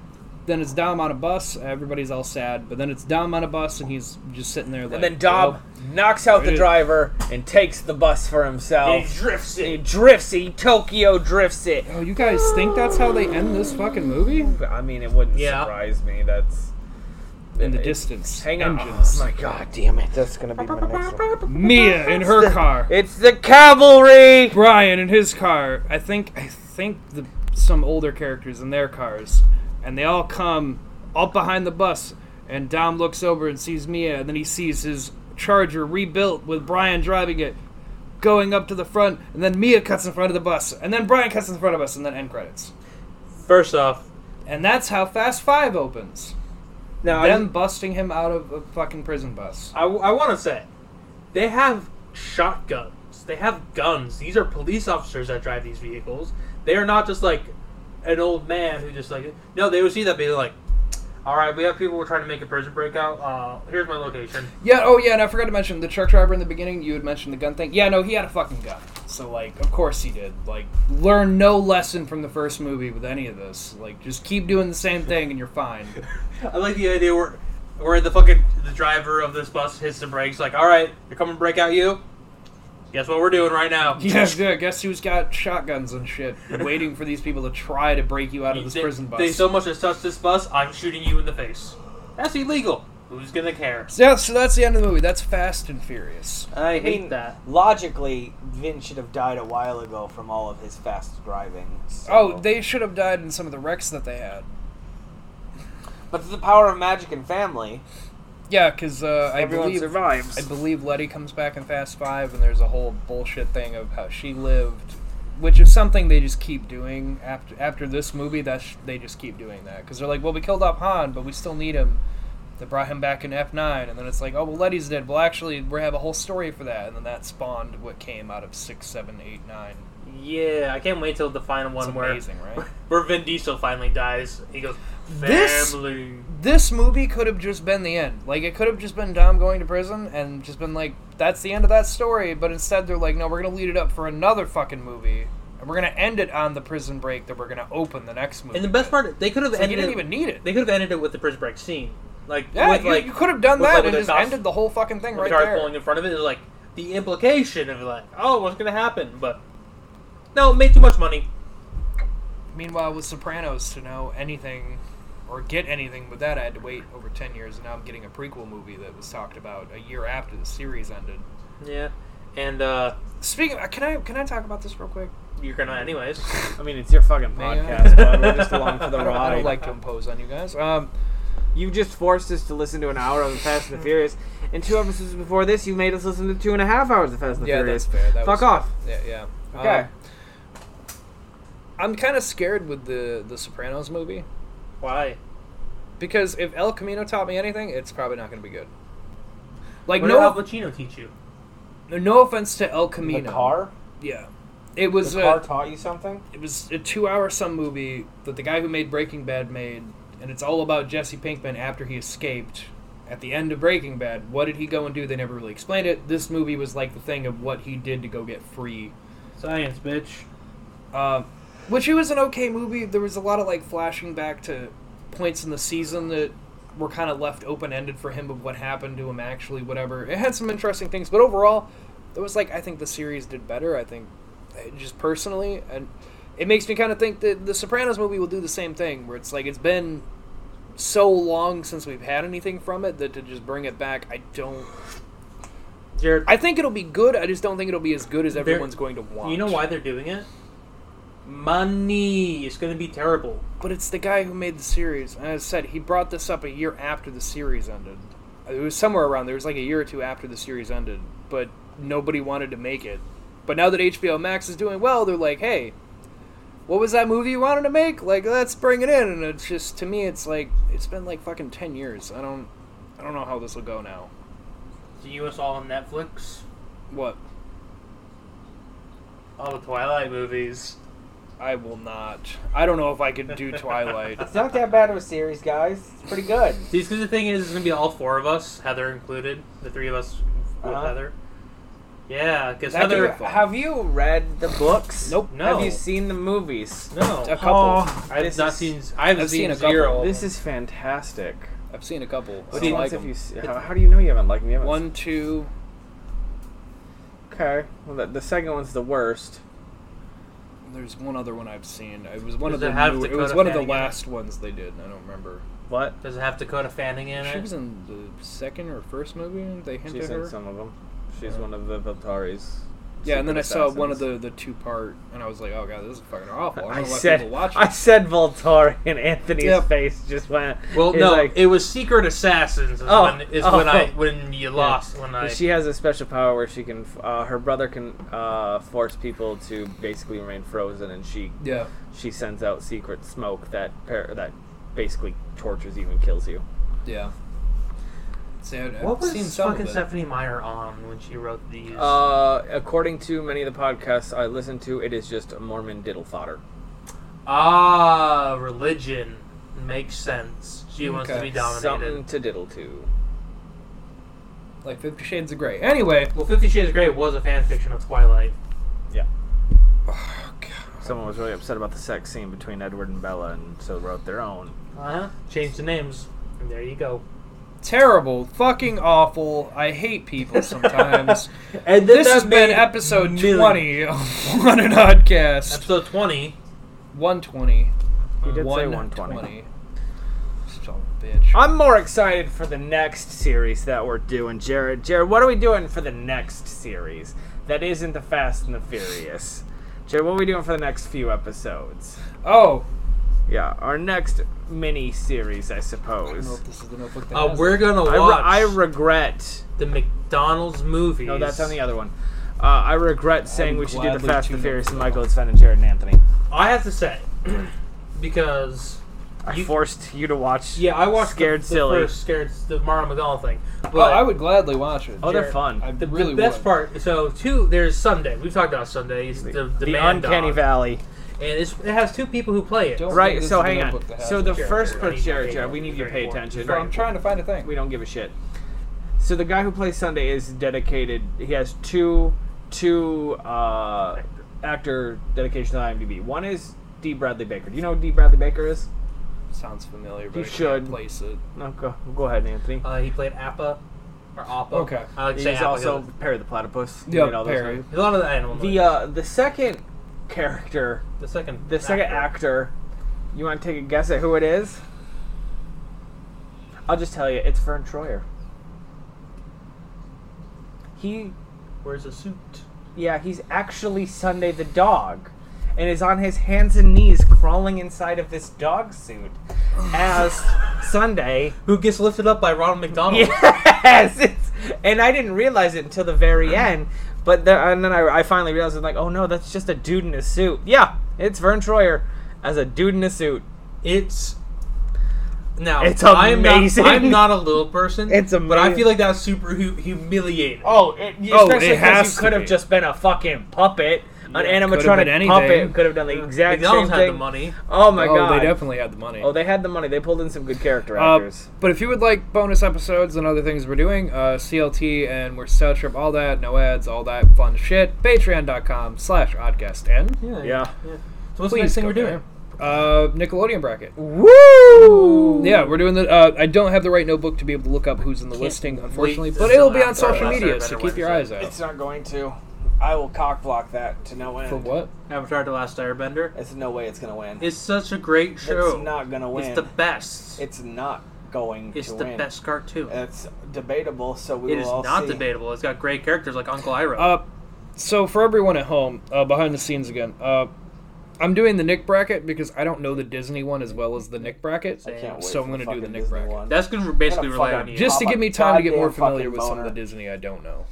[SPEAKER 4] then it's Dom on a bus. Everybody's all sad, but then it's Dom on a bus, and he's just sitting there. Like,
[SPEAKER 5] And then Dob knocks out the
[SPEAKER 4] It-
[SPEAKER 5] driver and takes the bus for
[SPEAKER 3] He
[SPEAKER 5] himself.
[SPEAKER 3] drifts
[SPEAKER 5] He
[SPEAKER 3] it.
[SPEAKER 5] drifts it. He Tokyo drifts it.
[SPEAKER 4] oh, you guys think that's how they end this fucking movie?
[SPEAKER 5] I mean, it wouldn't
[SPEAKER 2] Yeah.
[SPEAKER 5] surprise me. That's
[SPEAKER 4] In the
[SPEAKER 5] it-
[SPEAKER 4] distance,
[SPEAKER 5] Hang on.
[SPEAKER 4] engines.
[SPEAKER 5] Oh my god.
[SPEAKER 3] Damn it, that's gonna be my next one.
[SPEAKER 4] Mia
[SPEAKER 5] [laughs]
[SPEAKER 4] in her car.
[SPEAKER 5] It's the cavalry.
[SPEAKER 4] Brian in his car. I think I think the, some older characters in their cars, and they all come up behind the bus. And Dom looks over and sees Mia, and then he sees his Charger rebuilt with Brian driving it, going up to the front, and then Mia cuts in front of the bus, and then Brian cuts in front of us, and then end credits.
[SPEAKER 2] First off,
[SPEAKER 4] And that's how Fast Five opens.
[SPEAKER 2] now
[SPEAKER 4] Them busting him out of a fucking prison bus.
[SPEAKER 2] I, want to say, they have shotguns. They have guns. These are police officers that drive these vehicles. They are not just like an old man who just like no. They would see that being like, all right, we have people who are trying to make a prison breakout. Uh, here's my location.
[SPEAKER 4] Yeah, oh yeah, and I forgot to mention the truck driver in the beginning, you had mentioned the gun thing. Yeah, no, he had a fucking gun. So like, of course he did. Like, learn no lesson from the first movie with any of this. Like, just keep doing the same thing and
[SPEAKER 2] [laughs]
[SPEAKER 4] you're fine.
[SPEAKER 2] I like the idea where where the fucking the driver of this bus hits the brakes. Like, all right, they're coming to break out you. Guess what we're doing right
[SPEAKER 4] [laughs]
[SPEAKER 2] now?
[SPEAKER 4] yeah, yeah, guess who's got shotguns and shit waiting for these people to try to break you out of this
[SPEAKER 2] They-
[SPEAKER 4] prison bus.
[SPEAKER 2] They so much as touch this bus, I'm shooting you in the face. That's illegal. Who's gonna care?
[SPEAKER 4] So, yeah, so that's the end of the movie. That's Fast and Furious.
[SPEAKER 2] I
[SPEAKER 3] I mean, logically, Vin should have died a while ago from all of his fast driving. so-
[SPEAKER 4] Oh, they should have died in some of the wrecks that they had.
[SPEAKER 3] But the power of magic and family.
[SPEAKER 4] Yeah, because uh, I
[SPEAKER 5] Everyone
[SPEAKER 4] believe
[SPEAKER 5] survives.
[SPEAKER 4] I believe Letty comes back in Fast Five, and there's a whole bullshit thing of how she lived, which is something they just keep doing after after this movie. That sh- they just keep doing that because they're like, well, we killed off Han, but we still need him. They brought him back in F nine, and then it's like, oh well, Letty's dead. Well, actually, we have a whole story for that, and then that spawned what came out of six, seven, eight, nine.
[SPEAKER 2] Yeah, I can't wait till the final
[SPEAKER 4] It's
[SPEAKER 2] one where
[SPEAKER 4] amazing, right?
[SPEAKER 2] [laughs] where Vin Diesel finally dies. He goes,
[SPEAKER 4] This-
[SPEAKER 2] family.
[SPEAKER 4] this movie could have just been the end. Like it could have just been Dom going to prison and just been like, that's the end of that story. But instead, they're like, no, we're gonna lead it up for another fucking movie, and we're gonna end it on the prison break that we're gonna open the next movie.
[SPEAKER 2] And the best part, they could have
[SPEAKER 4] is like, you
[SPEAKER 2] ended.
[SPEAKER 4] didn't
[SPEAKER 2] it,
[SPEAKER 4] even need it.
[SPEAKER 2] They could have ended it with the prison break scene, like
[SPEAKER 4] yeah,
[SPEAKER 2] with
[SPEAKER 4] you,
[SPEAKER 2] like
[SPEAKER 4] you could have done
[SPEAKER 2] with,
[SPEAKER 4] that
[SPEAKER 2] like,
[SPEAKER 4] and
[SPEAKER 2] the
[SPEAKER 4] just
[SPEAKER 2] cops-
[SPEAKER 4] ended the whole fucking thing
[SPEAKER 2] with
[SPEAKER 4] right
[SPEAKER 2] the car
[SPEAKER 4] there.
[SPEAKER 2] pulling in front of it. it was Like the implication of like, oh, what's gonna happen? But no, it made too much money.
[SPEAKER 4] Meanwhile, with Sopranos, to know anything or get anything with that, I had to wait over ten years, and now I'm getting a prequel movie that was talked about a year after the series ended.
[SPEAKER 2] Yeah, and uh,
[SPEAKER 4] Speaking, of, can I can I talk about this real quick?
[SPEAKER 2] you're gonna anyways.
[SPEAKER 5] I mean, it's your fucking podcast, bud. We're [laughs] just along for the
[SPEAKER 4] I don't, I
[SPEAKER 5] ride.
[SPEAKER 4] don't like to impose on you guys. Um,
[SPEAKER 5] You just forced us to listen to an hour of the Fast and the Furious, and two episodes before this, you made us listen to two and a half hours of Fast and the
[SPEAKER 4] yeah,
[SPEAKER 5] Furious.
[SPEAKER 4] that's fair. That
[SPEAKER 5] Fuck
[SPEAKER 4] was-
[SPEAKER 5] off.
[SPEAKER 4] Yeah, yeah. Um,
[SPEAKER 5] Okay.
[SPEAKER 4] I'm kind of scared with the the Sopranos movie
[SPEAKER 2] Why?
[SPEAKER 4] because if El Camino taught me anything, it's probably not going to be good. Like
[SPEAKER 2] What did Al
[SPEAKER 4] no,
[SPEAKER 2] Pacino teach you?
[SPEAKER 4] no offense to El
[SPEAKER 3] The
[SPEAKER 4] Camino.
[SPEAKER 3] car?
[SPEAKER 4] Yeah. It
[SPEAKER 3] The
[SPEAKER 4] was a,
[SPEAKER 3] car taught you something?
[SPEAKER 4] it was a two hour some movie that the guy who made Breaking Bad made, and it's all about Jesse Pinkman after he escaped at the end of Breaking Bad. What did he go and do? They never really explained it. This movie was like the thing of what he did to go get free.
[SPEAKER 2] Science, bitch.
[SPEAKER 4] Um, which it was an okay movie. There was a lot of like flashing back to points in the season that were kind of left open ended for him of what happened to him actually. Whatever. It had some interesting things, but overall, it was like I think the series did better. I think uh, just personally, and it makes me kind of think that the Sopranos movie will do the same thing, where it's like it's been so long since we've had anything from it that to just bring it back, I don't.
[SPEAKER 2] Jared,
[SPEAKER 4] I think it'll be good. I just don't think it'll be as good as everyone's going to want.
[SPEAKER 2] you know why they're doing it? money. It's gonna be terrible.
[SPEAKER 4] But it's the guy who made the series. And as I said, he brought this up a year after the series ended. It was somewhere around there. It was like a year or two after the series ended. But nobody wanted to make it. But now that HBO Max is doing well, they're like, hey, what was that movie you wanted to make? Like, let's bring it in. And it's just, to me, it's like, it's been like fucking 10 years. I don't. I don't know how this will go now.
[SPEAKER 2] The US all on Netflix.
[SPEAKER 4] What?
[SPEAKER 2] All the Twilight movies.
[SPEAKER 4] I will not. I don't know if I could do
[SPEAKER 3] [laughs]
[SPEAKER 4] Twilight.
[SPEAKER 3] It's not that bad of a series, guys. It's pretty good.
[SPEAKER 2] See, 'cause the thing is, it's gonna be all four of us, Heather included, the three of us with
[SPEAKER 3] Uh-huh.
[SPEAKER 2] Heather. Yeah, because
[SPEAKER 3] Have you,
[SPEAKER 2] Heather.
[SPEAKER 3] have you read the books?
[SPEAKER 4] Nope.
[SPEAKER 2] No.
[SPEAKER 3] Have you seen the movies?
[SPEAKER 2] No,
[SPEAKER 4] A couple.
[SPEAKER 2] I've
[SPEAKER 3] this
[SPEAKER 2] not
[SPEAKER 3] is-
[SPEAKER 2] seen. I've,
[SPEAKER 4] I've seen
[SPEAKER 2] seen,
[SPEAKER 4] a couple.
[SPEAKER 2] zero.
[SPEAKER 4] This
[SPEAKER 3] This is fantastic.
[SPEAKER 4] I've seen a couple. I
[SPEAKER 3] Which
[SPEAKER 4] don't
[SPEAKER 3] ones
[SPEAKER 4] like
[SPEAKER 3] have
[SPEAKER 4] 'em.
[SPEAKER 3] you se- How, how do you know you haven't liked them? You haven't
[SPEAKER 4] One, two.
[SPEAKER 3] Okay. Well, the, the second one's the worst.
[SPEAKER 4] There's one other one I've seen. It was one
[SPEAKER 2] Does
[SPEAKER 4] of
[SPEAKER 2] it
[SPEAKER 4] the
[SPEAKER 2] have
[SPEAKER 4] new- it
[SPEAKER 2] Dakota
[SPEAKER 4] was one of the
[SPEAKER 2] Fanning in it?
[SPEAKER 4] last ones they did. and I don't remember.
[SPEAKER 3] What?
[SPEAKER 2] Does it have Dakota Fanning in
[SPEAKER 4] She
[SPEAKER 2] it?
[SPEAKER 4] was in the second or first movie. and They hinted
[SPEAKER 3] She's
[SPEAKER 4] her.
[SPEAKER 3] in some of them. She's one of the Viltari's.
[SPEAKER 4] yeah, and then I
[SPEAKER 3] secret
[SPEAKER 4] saw one of
[SPEAKER 3] assassins.
[SPEAKER 4] the the two part, and I was like, oh god, this is fucking awful. I'm
[SPEAKER 3] I
[SPEAKER 4] gonna let
[SPEAKER 3] said,
[SPEAKER 4] people watch
[SPEAKER 3] I
[SPEAKER 4] it.
[SPEAKER 3] said Voltari, and Anthony's
[SPEAKER 4] Yep.
[SPEAKER 3] face just went.
[SPEAKER 2] well,
[SPEAKER 3] he's
[SPEAKER 2] no,
[SPEAKER 3] like-
[SPEAKER 2] it was Secret Assassins. Is
[SPEAKER 3] Oh,
[SPEAKER 2] when is
[SPEAKER 3] oh.
[SPEAKER 2] when I when you lost when I.
[SPEAKER 3] She has a special power where she can. Uh, her brother can uh, force people to basically remain frozen, and she
[SPEAKER 4] yeah,
[SPEAKER 3] she sends out secret smoke that par- that basically tortures you and kills you.
[SPEAKER 4] yeah. See, I- I've
[SPEAKER 2] what was
[SPEAKER 4] seen some
[SPEAKER 2] fucking
[SPEAKER 4] of it.
[SPEAKER 2] Stephanie Meyer on when she wrote these?
[SPEAKER 3] Uh, according to many of the podcasts I listen to, it is just Mormon diddle fodder.
[SPEAKER 2] ah, religion makes sense. She wants to
[SPEAKER 4] Okay.
[SPEAKER 2] be dominated.
[SPEAKER 3] Something to diddle to.
[SPEAKER 4] Like Fifty Shades of Grey. Anyway,
[SPEAKER 2] Well, Fifty Shades of Grey was a fan fiction of Twilight.
[SPEAKER 3] Someone was really upset about the sex scene between Edward and Bella, and so wrote their own.
[SPEAKER 2] Uh huh. Change the names, and there you go.
[SPEAKER 4] terrible, fucking awful. I hate
[SPEAKER 2] [laughs]
[SPEAKER 4] people sometimes.
[SPEAKER 3] And
[SPEAKER 4] this has been episode twenty of [laughs] One and Oddcast.
[SPEAKER 2] Episode twenty.
[SPEAKER 4] One twenty.
[SPEAKER 3] You did say 120.
[SPEAKER 4] 120. Son of a bitch.
[SPEAKER 3] I'm more excited for the next series that we're doing, Jared. Jared, what are we doing for the next series that isn't the Fast and the Furious? Jared, what are we doing for the next few episodes?
[SPEAKER 4] Oh,
[SPEAKER 3] Yeah, our next mini series, I
[SPEAKER 4] I don't know
[SPEAKER 3] suppose.
[SPEAKER 4] if this is the notebook that
[SPEAKER 2] Uh,
[SPEAKER 4] has
[SPEAKER 2] we're
[SPEAKER 4] it.
[SPEAKER 2] gonna
[SPEAKER 3] I, re-
[SPEAKER 2] watch
[SPEAKER 3] I regret.
[SPEAKER 2] the McDonald's movies.
[SPEAKER 3] No, that's on the other one. Uh, I regret saying we should do the
[SPEAKER 4] gladly
[SPEAKER 3] Fast
[SPEAKER 4] tune
[SPEAKER 3] and the
[SPEAKER 4] in
[SPEAKER 3] Furious
[SPEAKER 4] for
[SPEAKER 3] and
[SPEAKER 4] that
[SPEAKER 3] Michael, it's Fenn and Jared and Anthony.
[SPEAKER 2] I have to say, [clears throat] because
[SPEAKER 3] I
[SPEAKER 2] You-
[SPEAKER 3] forced you to watch.
[SPEAKER 2] yeah, I watched the-
[SPEAKER 3] Scared
[SPEAKER 2] the,
[SPEAKER 3] Silly.
[SPEAKER 2] first scared the Mara McDonald thing. But
[SPEAKER 4] Oh, I would gladly watch it.
[SPEAKER 3] Oh, they're
[SPEAKER 2] Jared,
[SPEAKER 3] fun.
[SPEAKER 4] I
[SPEAKER 2] the, the
[SPEAKER 4] really
[SPEAKER 2] best
[SPEAKER 4] would.
[SPEAKER 2] part. So two, there's Sunday. We've talked about Sundays. The, the,
[SPEAKER 3] the
[SPEAKER 2] Man
[SPEAKER 3] Uncanny
[SPEAKER 2] Dog.
[SPEAKER 3] Valley.
[SPEAKER 2] and it's, it has two people who play it.
[SPEAKER 4] Don't think
[SPEAKER 3] Right,
[SPEAKER 4] this
[SPEAKER 3] so
[SPEAKER 4] is
[SPEAKER 3] hang
[SPEAKER 4] notebook
[SPEAKER 3] on.
[SPEAKER 4] that has
[SPEAKER 3] So
[SPEAKER 4] it.
[SPEAKER 3] the
[SPEAKER 2] Jared,
[SPEAKER 3] first
[SPEAKER 2] Jared,
[SPEAKER 3] per
[SPEAKER 2] Jared,
[SPEAKER 3] Jared,
[SPEAKER 2] Jared,
[SPEAKER 3] Jared, we need you to pay
[SPEAKER 2] Jared,
[SPEAKER 3] attention.
[SPEAKER 4] So I'm trying to find a thing.
[SPEAKER 3] We don't give a shit. So the guy who plays Sunday is dedicated. He has two two uh, actor dedications on IMDb. One is D. Bradley Baker. Do you know who D. Bradley Baker is?
[SPEAKER 4] Sounds familiar, but
[SPEAKER 3] You
[SPEAKER 4] I can't
[SPEAKER 3] should.
[SPEAKER 4] place it.
[SPEAKER 3] No, go, go ahead, Anthony.
[SPEAKER 2] Uh, he played Appa or Appa.
[SPEAKER 4] Okay.
[SPEAKER 2] I like to
[SPEAKER 3] He's
[SPEAKER 2] say Appa
[SPEAKER 3] also
[SPEAKER 2] 'cause
[SPEAKER 3] Perry the Platypus. He
[SPEAKER 4] Yeah,
[SPEAKER 3] made all those
[SPEAKER 4] Perry.
[SPEAKER 3] movies.
[SPEAKER 2] a lot of the animal.
[SPEAKER 3] The uh, the second character,
[SPEAKER 2] the second
[SPEAKER 3] the second actor. You want to take a guess at who it is? I'll just tell you, it's Vern Troyer. He
[SPEAKER 2] wears a suit.
[SPEAKER 3] Yeah, he's actually Sunday the dog, and is on his hands and knees crawling inside of this dog suit
[SPEAKER 2] [laughs]
[SPEAKER 3] as Sunday.
[SPEAKER 2] Who gets lifted up by Ronald McDonald?
[SPEAKER 3] Yes, [laughs] it's, and I didn't realize it until the very
[SPEAKER 2] Mm-hmm.
[SPEAKER 3] end. But there, and then I, I finally realized I'm like, oh no, that's just a dude in a suit. Yeah, it's Vern Troyer as a dude in a suit.
[SPEAKER 2] It's now
[SPEAKER 3] It's
[SPEAKER 2] I'm not-
[SPEAKER 3] amazing.
[SPEAKER 2] I'm not, a little person.
[SPEAKER 3] [laughs] It's
[SPEAKER 2] But I
[SPEAKER 3] amazing.
[SPEAKER 2] feel like that's super hu- humiliating.
[SPEAKER 3] Oh, it,
[SPEAKER 4] Oh,
[SPEAKER 3] especially
[SPEAKER 4] it has
[SPEAKER 3] because you
[SPEAKER 4] to
[SPEAKER 3] could have
[SPEAKER 4] be.
[SPEAKER 3] just been a fucking puppet, an
[SPEAKER 4] Yeah, could've
[SPEAKER 3] animatronic
[SPEAKER 4] been anything.
[SPEAKER 3] puppet. Could have done the exact same
[SPEAKER 2] McDonald's had
[SPEAKER 3] thing.
[SPEAKER 2] the money.
[SPEAKER 3] Oh my
[SPEAKER 4] oh,
[SPEAKER 3] god.
[SPEAKER 4] they definitely had the money.
[SPEAKER 3] Oh, they had the money. They pulled in some good character
[SPEAKER 4] uh,
[SPEAKER 3] actors.
[SPEAKER 4] but if you would like bonus episodes and other things we're doing, uh, CLT and we're South Trip, all that, no ads, all that fun shit, patreon.com slash oddcastn.
[SPEAKER 3] Yeah.
[SPEAKER 2] So what's the next
[SPEAKER 4] Please
[SPEAKER 2] thing
[SPEAKER 4] go
[SPEAKER 2] we're doing?
[SPEAKER 4] there. Uh, Nickelodeon bracket.
[SPEAKER 3] Woo!
[SPEAKER 4] Yeah, we're doing the. Uh, I don't have the right notebook to be able to look up who's in the listing, unfortunately,
[SPEAKER 2] wait to
[SPEAKER 4] but
[SPEAKER 2] still
[SPEAKER 4] it'll be on
[SPEAKER 2] have the
[SPEAKER 4] social
[SPEAKER 2] lesser
[SPEAKER 4] media,
[SPEAKER 2] better
[SPEAKER 4] so keep your eyes
[SPEAKER 2] Wednesday.
[SPEAKER 4] out.
[SPEAKER 3] not going to. I will cock block that to no end.
[SPEAKER 4] For what?
[SPEAKER 2] Avatar: The Last Airbender.
[SPEAKER 3] It's no way it's gonna win.
[SPEAKER 2] It's such a great show.
[SPEAKER 3] gonna
[SPEAKER 2] It's the best.
[SPEAKER 3] It's not going
[SPEAKER 2] It's the best cartoon.
[SPEAKER 3] It's debatable, so we
[SPEAKER 2] It is not debatable. It's got great characters like Uncle Iroh.
[SPEAKER 4] Uh, so for everyone at home, uh, behind the scenes again. Uh, I'm doing the Nick bracket because I don't know the Disney one as well as the Nick bracket.
[SPEAKER 3] I can't wait
[SPEAKER 4] so I'm
[SPEAKER 3] for
[SPEAKER 4] gonna do the
[SPEAKER 3] fucking
[SPEAKER 4] Nick
[SPEAKER 3] Disney
[SPEAKER 4] bracket.
[SPEAKER 3] one.
[SPEAKER 2] That's going to basically
[SPEAKER 3] Gotta
[SPEAKER 2] rely
[SPEAKER 3] fucking
[SPEAKER 2] on E you.
[SPEAKER 4] Just to
[SPEAKER 3] Pop
[SPEAKER 4] give
[SPEAKER 3] a
[SPEAKER 4] me time to get more
[SPEAKER 3] goddamn
[SPEAKER 4] familiar
[SPEAKER 3] fucking
[SPEAKER 4] with some of the
[SPEAKER 3] boner.
[SPEAKER 4] Disney I don't know.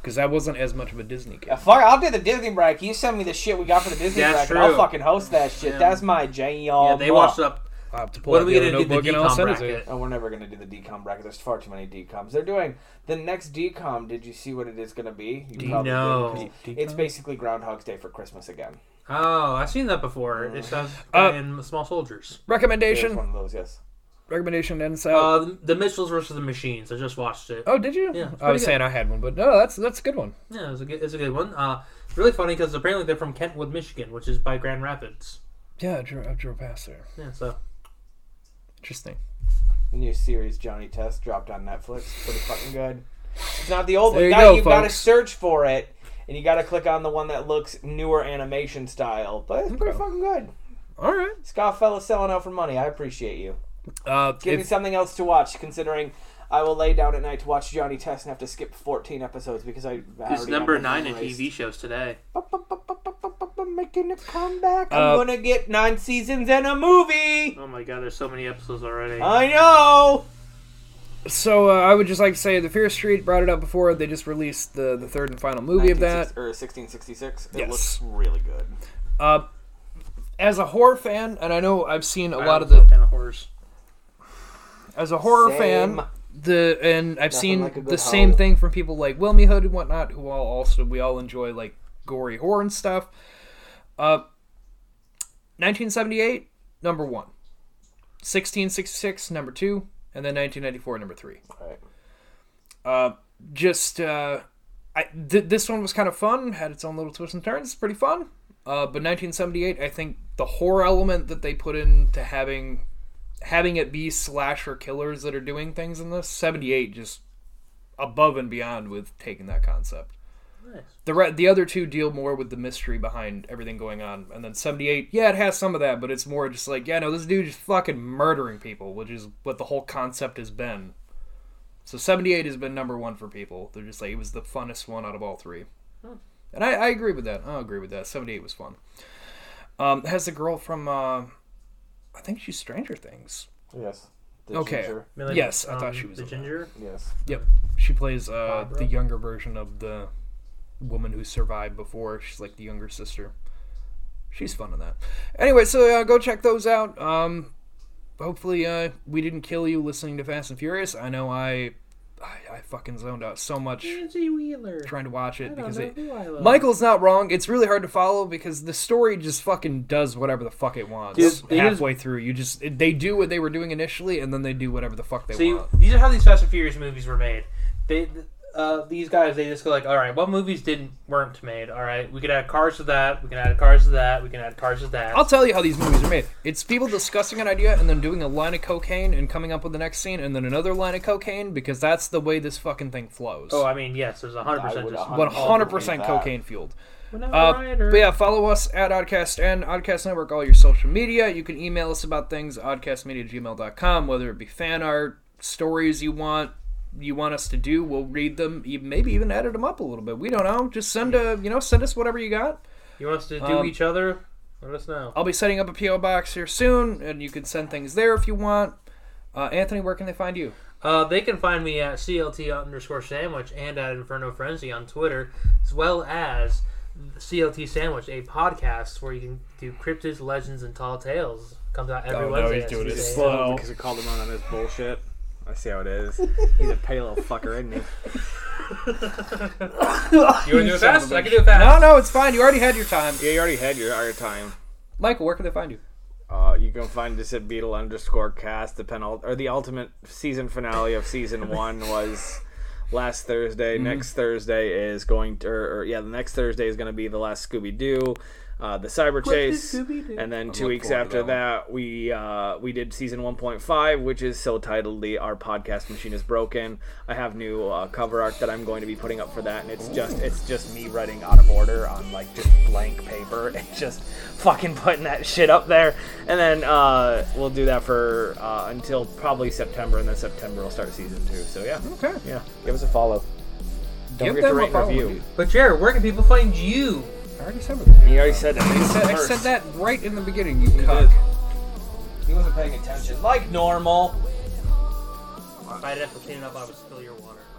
[SPEAKER 4] Because I wasn't as much of a Disney kid.
[SPEAKER 3] Yeah, fuck, I'll do the Disney bracket. You send me the shit we got for the Disney
[SPEAKER 2] That's
[SPEAKER 3] bracket.
[SPEAKER 2] true.
[SPEAKER 3] I'll fucking host that shit.
[SPEAKER 2] Yeah.
[SPEAKER 3] That's my J-all.
[SPEAKER 2] Yeah, they washed up.
[SPEAKER 4] I'll have to pull
[SPEAKER 2] When
[SPEAKER 4] out
[SPEAKER 2] are we
[SPEAKER 4] the
[SPEAKER 2] going to
[SPEAKER 4] other
[SPEAKER 2] do the
[SPEAKER 4] notebook and I'll
[SPEAKER 2] decom
[SPEAKER 4] send it to you.
[SPEAKER 2] bracket?
[SPEAKER 3] Oh, we're never gonna do the decom bracket. There's far too many decoms. They're doing the next decom. Did you see what it is gonna be? You probably
[SPEAKER 2] No.
[SPEAKER 3] didn't, 'cause It's basically Groundhog's Day for Christmas again.
[SPEAKER 2] Oh, I've seen that before. It's uh,
[SPEAKER 4] [laughs] Uh,
[SPEAKER 2] in Small Soldiers.
[SPEAKER 3] It's
[SPEAKER 4] Recommendation.
[SPEAKER 3] one of those. Yes.
[SPEAKER 4] Recommendation ends out.
[SPEAKER 2] Uh, the, the Mitchells versus the Machines. I just watched it.
[SPEAKER 4] oh, did you?
[SPEAKER 2] yeah, it's
[SPEAKER 4] I was
[SPEAKER 2] pretty
[SPEAKER 4] saying I had one, but no, that's that's a good one.
[SPEAKER 2] Yeah, it's a good, it's a good one. Uh, it's really funny because apparently they're from Kentwood, Michigan, which is by Grand Rapids.
[SPEAKER 4] Yeah, I drew, I drew past there.
[SPEAKER 2] Yeah, so
[SPEAKER 4] Interesting.
[SPEAKER 3] The new series Johnny Test dropped on Netflix. Pretty fucking good. It's not the old
[SPEAKER 4] There you
[SPEAKER 3] one. now
[SPEAKER 4] go,
[SPEAKER 3] you've got to
[SPEAKER 4] folks.
[SPEAKER 3] search for it, and you got to click on the one that looks newer animation style. But it's pretty
[SPEAKER 4] Okay.
[SPEAKER 3] fucking good.
[SPEAKER 4] All right.
[SPEAKER 3] Scott fella selling out for money. I appreciate you.
[SPEAKER 4] Uh,
[SPEAKER 3] Give me
[SPEAKER 4] if-
[SPEAKER 3] something else to watch, considering I will lay down at night to watch Johnny Test and have to skip 14 episodes because I.
[SPEAKER 2] it's number nine in TV shows today.
[SPEAKER 3] Making a comeback.
[SPEAKER 4] Uh,
[SPEAKER 3] I'm gonna get nine seasons and a movie.
[SPEAKER 2] Oh my god, there's so many episodes already.
[SPEAKER 4] Uh,
[SPEAKER 3] I know.
[SPEAKER 4] so uh, I would just like to say the Fear Street brought it up before. They just released the the third and final movie of that.
[SPEAKER 3] 1960 or 1666. It
[SPEAKER 4] Yes.
[SPEAKER 3] looks really good.
[SPEAKER 4] Uh, as a horror fan, and I know I've seen a
[SPEAKER 2] I
[SPEAKER 4] lot
[SPEAKER 2] don't
[SPEAKER 4] of
[SPEAKER 2] know
[SPEAKER 4] the
[SPEAKER 2] what kind of horrors.
[SPEAKER 4] as a horror
[SPEAKER 3] Same.
[SPEAKER 4] fan the and I've seen
[SPEAKER 3] like a good
[SPEAKER 4] the same
[SPEAKER 3] howl.
[SPEAKER 4] thing from people like Wilmy Hood and whatnot, who all also we all enjoy like gory horror and stuff. Uh, 1978, number one. 1666, number two, and then 1994, number three.
[SPEAKER 3] Right.
[SPEAKER 4] Uh, just uh, I th- this one was kind of fun, had its own little twists and turns, it's pretty fun. Uh, but 1978, I think the horror element that they put into having having it be slasher killers that are doing things in this 78 just above and beyond with taking that concept
[SPEAKER 2] Nice.
[SPEAKER 4] the re- the other two deal more with the mystery behind everything going on and then 78 yeah it has some of that but it's more just like yeah no this dude is fucking murdering people which is what the whole concept has been so 78 has been number one for people they're just like it was the funnest one out of all three and I, I agree with that i agree with that 78 was fun um it has the girl from uh, i think she's stranger things
[SPEAKER 3] Yes. The
[SPEAKER 4] Okay.
[SPEAKER 3] ginger.
[SPEAKER 2] Millie- um,
[SPEAKER 4] Yes, I thought she was
[SPEAKER 2] the
[SPEAKER 4] in that.
[SPEAKER 2] ginger.
[SPEAKER 3] Yes.
[SPEAKER 4] Yep. She plays uh,
[SPEAKER 2] Barbara?
[SPEAKER 4] the younger version of the woman who survived before. She's like the younger sister. She's fun in that. Anyway, so uh, go check those out. Um, hopefully, uh, we didn't kill you listening to Fast and Furious. I know I, I, I fucking zoned out so much
[SPEAKER 2] Nancy Wheeler.
[SPEAKER 4] trying to watch it because it.
[SPEAKER 2] who I love.
[SPEAKER 4] Michael's not wrong. It's really hard to follow because the story just fucking does whatever the fuck it wants.
[SPEAKER 2] Dude, they
[SPEAKER 4] Halfway through, you just they do what they were doing initially, and then they do whatever the fuck they
[SPEAKER 2] See,
[SPEAKER 4] want.
[SPEAKER 2] these are how these Fast and Furious movies were made. They, uh, these guys, they just go like, all right, what movies didn't weren't made? All right, we can add cars to that. We can add cars to that. We can add cars to that.
[SPEAKER 4] I'll tell you how these movies are made. It's people discussing an idea and then doing a line of cocaine and coming up with the next scene and then another line of cocaine because that's the way this fucking thing flows.
[SPEAKER 2] oh, I mean, yes, there's 100
[SPEAKER 3] I
[SPEAKER 2] percent
[SPEAKER 3] would
[SPEAKER 2] just. Oh,
[SPEAKER 3] 100%
[SPEAKER 4] 100%
[SPEAKER 3] that.
[SPEAKER 4] cocaine fueled.
[SPEAKER 2] When I'm a
[SPEAKER 4] Uh,
[SPEAKER 2] writer.
[SPEAKER 4] but yeah, follow us at Oddcast and Oddcast Network, all your social media. You can email us about things, oddcastmedia@gmail.com, whether it be fan art, stories you want, you want us to do. We'll read them, e- maybe even edit them up a little bit. We don't know. Just send a, you know, send us whatever you got.
[SPEAKER 2] You want us to do
[SPEAKER 4] Um,
[SPEAKER 2] each other? Let us know.
[SPEAKER 4] I'll be setting up a PO box here soon, and you can send things there if you want. Uh, Anthony, where can they find you?
[SPEAKER 2] Uh, they can find me at CLT underscore sandwich and at Inferno Frenzy on Twitter, as well as CLT Sandwich, a podcast where you can do cryptids, legends, and tall tales. Comes out every
[SPEAKER 4] Oh, no,
[SPEAKER 2] Wednesday.
[SPEAKER 4] he's
[SPEAKER 2] at
[SPEAKER 4] doing it
[SPEAKER 2] 6 a.m.
[SPEAKER 4] slow.
[SPEAKER 5] because I called him out on his bullshit. I see how it
[SPEAKER 3] [laughs]
[SPEAKER 5] is. He's a pale little fucker, isn't he?
[SPEAKER 2] You want to do it
[SPEAKER 4] Son of a
[SPEAKER 2] fast? I
[SPEAKER 4] bitch.
[SPEAKER 2] can do it fast.
[SPEAKER 4] No, no, it's fine. You already had your time.
[SPEAKER 5] Yeah, you already had your, your time.
[SPEAKER 4] Michael, where can they find you?
[SPEAKER 5] Uh, you can find us at Beetle underscore cast. The penult or the ultimate season finale of season one was last Thursday.
[SPEAKER 4] Mm-hmm.
[SPEAKER 5] Next Thursday is going to, or, or, yeah, the next Thursday is going to be the last Scooby Doo, uh, the Cyber Chase, and then two weeks
[SPEAKER 4] forward to
[SPEAKER 5] after
[SPEAKER 4] that
[SPEAKER 5] that, we uh, we did season one point five, which is so titled the Our Podcast Machine is Broken. I have new uh, cover art that I'm going to be putting up for that, and it's just it's just me writing out of order on like just blank paper [laughs] and just fucking putting that shit up there, and then uh, we'll do that for uh, until probably September, and then September we'll start season two. So yeah,
[SPEAKER 4] Okay.
[SPEAKER 5] yeah, give us a follow. Don't forget
[SPEAKER 4] Give
[SPEAKER 5] to
[SPEAKER 4] them a
[SPEAKER 5] rate and
[SPEAKER 4] follow,
[SPEAKER 5] review.
[SPEAKER 4] dude.
[SPEAKER 2] But Jared, where can people find you?
[SPEAKER 4] already said it.
[SPEAKER 5] He already said that.
[SPEAKER 4] I said, I said that right in the beginning, you cuck.
[SPEAKER 3] He wasn't paying attention. Like normal.
[SPEAKER 2] I'd have to clean it up. I would spill your water.